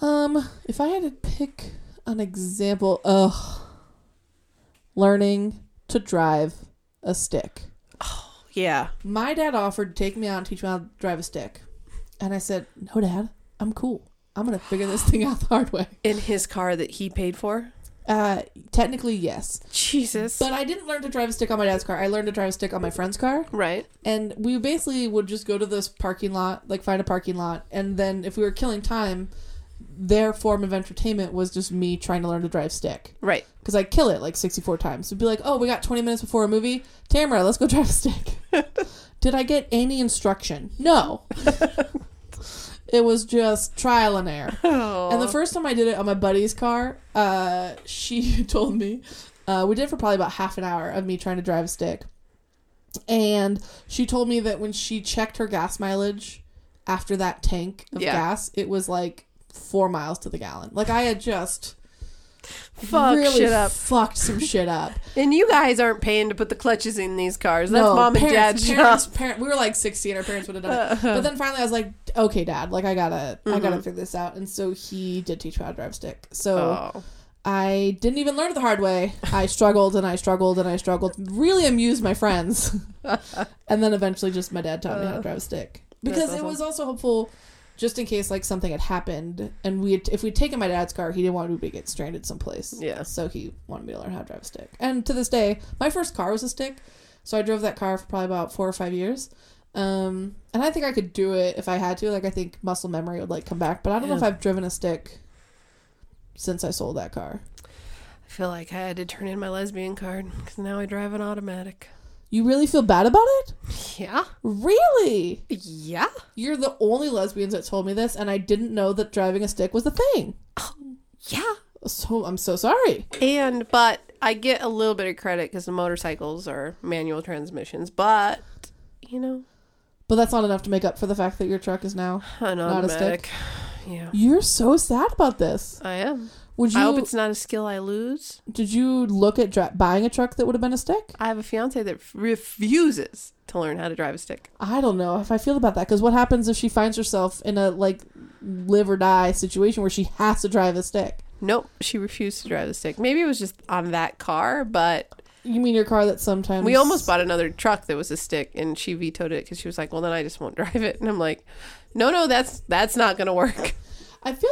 Speaker 2: Um, if I had to pick an example, ugh, learning to drive a stick.
Speaker 1: Yeah.
Speaker 2: My dad offered to take me out and teach me how to drive a stick, and I said, "No, Dad, I'm cool. I'm gonna figure this thing out the hard way."
Speaker 1: In his car that he paid for.
Speaker 2: Uh, technically, yes,
Speaker 1: Jesus.
Speaker 2: but I didn't learn to drive a stick on my dad's car. I learned to drive a stick on my friend's car.
Speaker 1: right.
Speaker 2: And we basically would just go to this parking lot, like find a parking lot, and then if we were killing time, their form of entertainment was just me trying to learn to drive stick.
Speaker 1: Right.
Speaker 2: Because I kill it like 64 times. It'd be like, oh, we got 20 minutes before a movie. Tamara, let's go drive a stick. Did I get any instruction? No. it was just trial and error.
Speaker 1: Oh.
Speaker 2: And the first time I did it on my buddy's car, uh, she told me uh, we did it for probably about half an hour of me trying to drive a stick, and she told me that when she checked her gas mileage after that tank of
Speaker 1: Yeah.
Speaker 2: gas, it was like four miles to the gallon. Like I had just
Speaker 1: fuck
Speaker 2: really
Speaker 1: shit up.
Speaker 2: fucked some shit up.
Speaker 1: And you guys aren't paying to put the clutches in these cars. That's
Speaker 2: no,
Speaker 1: mom and
Speaker 2: parents,
Speaker 1: dad's
Speaker 2: parents,
Speaker 1: job. Uh,
Speaker 2: parent- We were like sixteen. Our parents would have done it. But then finally, I was like, okay, dad, like I gotta, I
Speaker 1: Mm-hmm.
Speaker 2: gotta figure this out. And so he did teach me how to drive a stick. So.
Speaker 1: Oh.
Speaker 2: I didn't even learn it the hard way. I struggled and I struggled and I struggled. Really amused my friends. and then eventually just my dad taught me how to drive a stick.
Speaker 1: That's
Speaker 2: Because it
Speaker 1: awesome.
Speaker 2: was also helpful just in case like something had happened and we had, if we'd taken my dad's car, he didn't want me to get stranded someplace.
Speaker 1: Yeah.
Speaker 2: So he wanted me to learn how to drive a stick. And to this day, my first car was a stick. So I drove that car for probably about four or five years. Um, and I think I could do it if I had to. Like I think muscle memory would like come back, but I don't know
Speaker 1: Yeah.
Speaker 2: if I've driven a stick since I sold that car.
Speaker 1: I feel like I had to turn in my lesbian card because now I drive an automatic.
Speaker 2: You really feel bad about it?
Speaker 1: Yeah.
Speaker 2: Really?
Speaker 1: Yeah.
Speaker 2: You're the only lesbians that told me this, and I didn't know that driving a stick was a thing.
Speaker 1: Yeah.
Speaker 2: So I'm so sorry.
Speaker 1: And but I get a little bit of credit because the motorcycles are manual transmissions, but you know,
Speaker 2: But that's not enough to make up for the fact that your truck is now.
Speaker 1: an
Speaker 2: Not a
Speaker 1: automatic. Yeah,
Speaker 2: You're so sad about this.
Speaker 1: I am.
Speaker 2: Would
Speaker 1: I hope
Speaker 2: you?
Speaker 1: it's not a skill I lose.
Speaker 2: Did you look at dri- buying a truck that would have been a stick?
Speaker 1: I have a fiance that refuses to learn how to drive a stick.
Speaker 2: I don't know if I feel about that because what happens if she finds herself in a like live or die situation where she has to drive a stick?
Speaker 1: Nope, she refused to drive the stick. Maybe it was just on that car, but
Speaker 2: You mean your car that sometimes
Speaker 1: we almost bought another truck that was a stick, and she vetoed it because she was like, "Well, then I just won't drive it." And I'm like, "No, no, that's that's not gonna work."
Speaker 2: I feel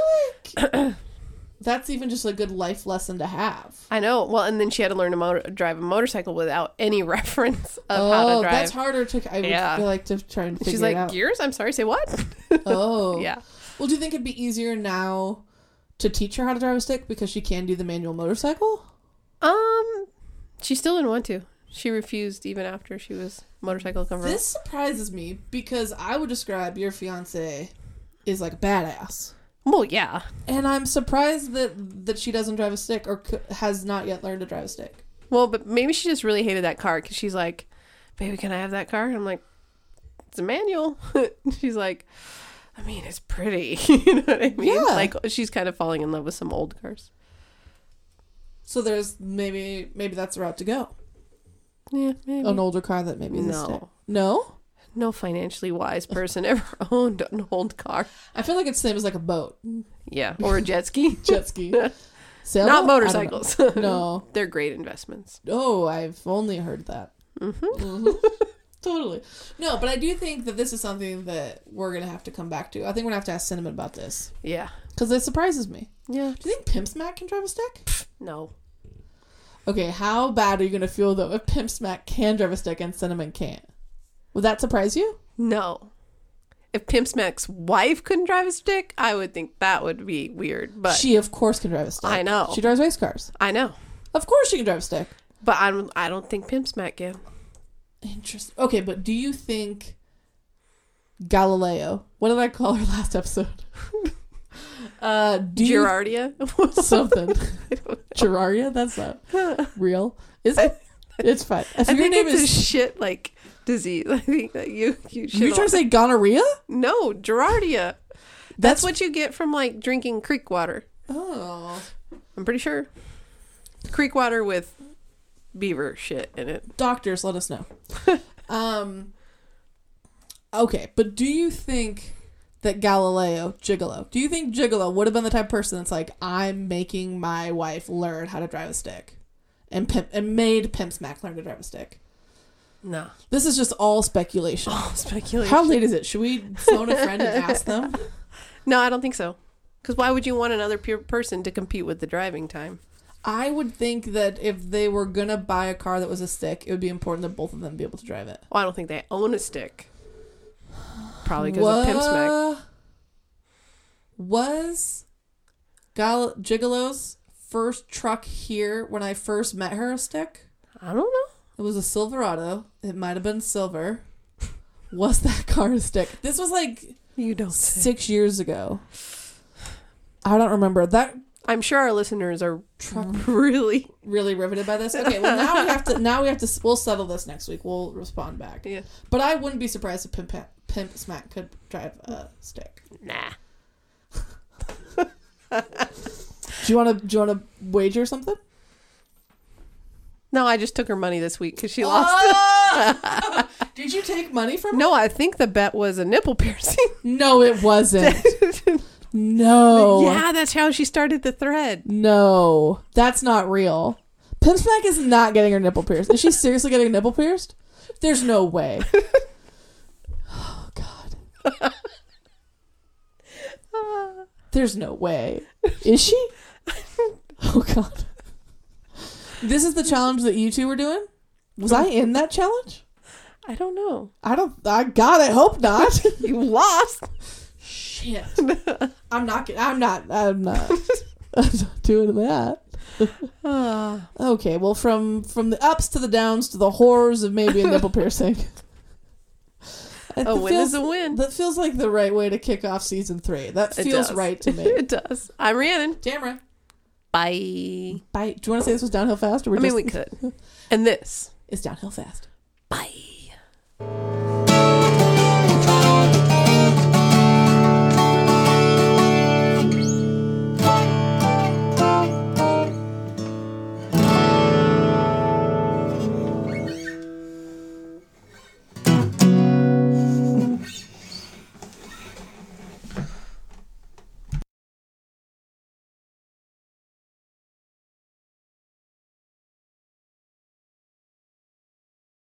Speaker 2: like that's even just a good life lesson to have.
Speaker 1: I know. Well, and then she had to learn to motor- drive a motorcycle without any reference of how to drive.
Speaker 2: Oh, that's harder to. I would
Speaker 1: Yeah.
Speaker 2: feel like to try and figure
Speaker 1: She's
Speaker 2: it
Speaker 1: like,
Speaker 2: out.
Speaker 1: gears? I'm sorry, say what?
Speaker 2: oh,
Speaker 1: yeah.
Speaker 2: Well, do you think it'd be easier now to teach her how to drive a stick because she can do the manual motorcycle?
Speaker 1: Um, she still didn't want to. She refused even after she was motorcycle convertible.
Speaker 2: This surprises me because I would describe your fiance is like a badass,
Speaker 1: well, yeah.
Speaker 2: and I'm surprised that that she doesn't drive a stick or c- has not yet learned to drive a stick.
Speaker 1: Well, but maybe she just really hated that car because she's like, baby, can I have that car? And I'm like, it's a manual. she's like, I mean, it's pretty. you know what I mean?
Speaker 2: Yeah.
Speaker 1: Like, she's kind of falling in love with some old cars.
Speaker 2: So there's maybe maybe that's the route to go.
Speaker 1: Yeah, maybe.
Speaker 2: An older car that maybe is a stick.
Speaker 1: no,
Speaker 2: No,
Speaker 1: no financially wise person ever owned an old car.
Speaker 2: I feel like it's the same as like a boat,
Speaker 1: Yeah, or a jet ski.
Speaker 2: jet ski, sailboat, I
Speaker 1: Not
Speaker 2: don't know.
Speaker 1: motorcycles.
Speaker 2: No,
Speaker 1: They're great investments.
Speaker 2: Oh, I've only heard that.
Speaker 1: hmm
Speaker 2: Mhm. Totally. No, but I do think that this is something that we're gonna have to come back to. I think we're gonna have to ask Cinnamon about this
Speaker 1: Yeah.
Speaker 2: because it surprises me.
Speaker 1: Yeah.
Speaker 2: Do you think Pimp Smack can drive a stick?
Speaker 1: No.
Speaker 2: Okay, how bad are you gonna feel though if Pimp Smack can drive a stick and Cinnamon can't? Would that surprise you?
Speaker 1: No. If Pimp Smack's wife couldn't drive a stick, I would think that would be weird. But
Speaker 2: she of course can drive a stick.
Speaker 1: I know.
Speaker 2: She drives race cars.
Speaker 1: I know.
Speaker 2: Of course she can drive a stick.
Speaker 1: But I don't. I don't think Pimp Smack can.
Speaker 2: Interesting. Okay, but do you think Galileo? What did I call her last episode? uh, do you
Speaker 1: Girardia.
Speaker 2: something Geraria? That's not real, is it? It's fine. If
Speaker 1: I
Speaker 2: your
Speaker 1: think
Speaker 2: name
Speaker 1: it's
Speaker 2: is,
Speaker 1: a shit like disease. I think that you you should.
Speaker 2: you trying to say gonorrhea?
Speaker 1: no Girardia.
Speaker 2: That's,
Speaker 1: That's what you get from like drinking creek water.
Speaker 2: Oh,
Speaker 1: I'm pretty sure. Creek water with beaver shit in it.
Speaker 2: doctors, let us know. um. Okay, but do you think that Galileo Gigolo? Do you think Gigolo would have been the type of person that's like, I'm making my wife learn how to drive a stick, and pimp, and made Pimp Smack learn to drive a stick?
Speaker 1: No.
Speaker 2: This is just all speculation.
Speaker 1: Oh, speculation.
Speaker 2: How late is it? Should we phone a friend and ask them?
Speaker 1: No, I don't think so. Because why would you want another peer person to compete with the driving time?
Speaker 2: I would think that if they were gonna buy a car that was a stick, it would be important that both of them be able to drive it.
Speaker 1: Well, I don't think they own a stick. Probably because of Pimp Smack.
Speaker 2: Wha- Was Gal- Gigolo's first truck here when I first met her a stick?
Speaker 1: I don't know.
Speaker 2: It was a Silverado. It might have been silver. Was that car a stick? This was like
Speaker 1: You don't say.
Speaker 2: six years ago. I don't remember. That
Speaker 1: I'm sure our listeners are
Speaker 2: truck
Speaker 1: really.
Speaker 2: really riveted by this. Okay, well now we have to now we have to we'll settle this next week. We'll respond back.
Speaker 1: Yeah.
Speaker 2: But I wouldn't be surprised if Pimp, Pimp Smack could drive a stick.
Speaker 1: Nah.
Speaker 2: Do you want to do you want to wager something?
Speaker 1: No, I just took her money this week because she lost.
Speaker 2: Oh! Did you take money from
Speaker 1: No, I think the bet was a nipple piercing.
Speaker 2: No, it wasn't. no.
Speaker 1: Yeah, that's how she started the thread.
Speaker 2: No. That's not real. Pimp Smack is not getting her nipple pierced. Is she seriously getting nipple pierced? There's no way. Oh god. There's no way. Is she? Oh god. This is the challenge that you two were doing? Was I in that challenge?
Speaker 1: I don't know.
Speaker 2: I don't I god, I hope not.
Speaker 1: You lost.
Speaker 2: Shit. I'm not. get- I'm not. I'm not. I'm not doing that.
Speaker 1: Uh,
Speaker 2: Okay. Well, from from the ups to the downs to the horrors of maybe a nipple piercing. It
Speaker 1: a win
Speaker 2: feels,
Speaker 1: is a win.
Speaker 2: That feels like the right way to kick off season three. That
Speaker 1: It
Speaker 2: feels
Speaker 1: does.
Speaker 2: right to me.
Speaker 1: it does. I'm Rhiannon.
Speaker 2: Tamara,
Speaker 1: Bye.
Speaker 2: bye. Do you want to say this was downhill fast or we're
Speaker 1: I
Speaker 2: just?
Speaker 1: mean, we could. And this.
Speaker 2: It's downhill fast.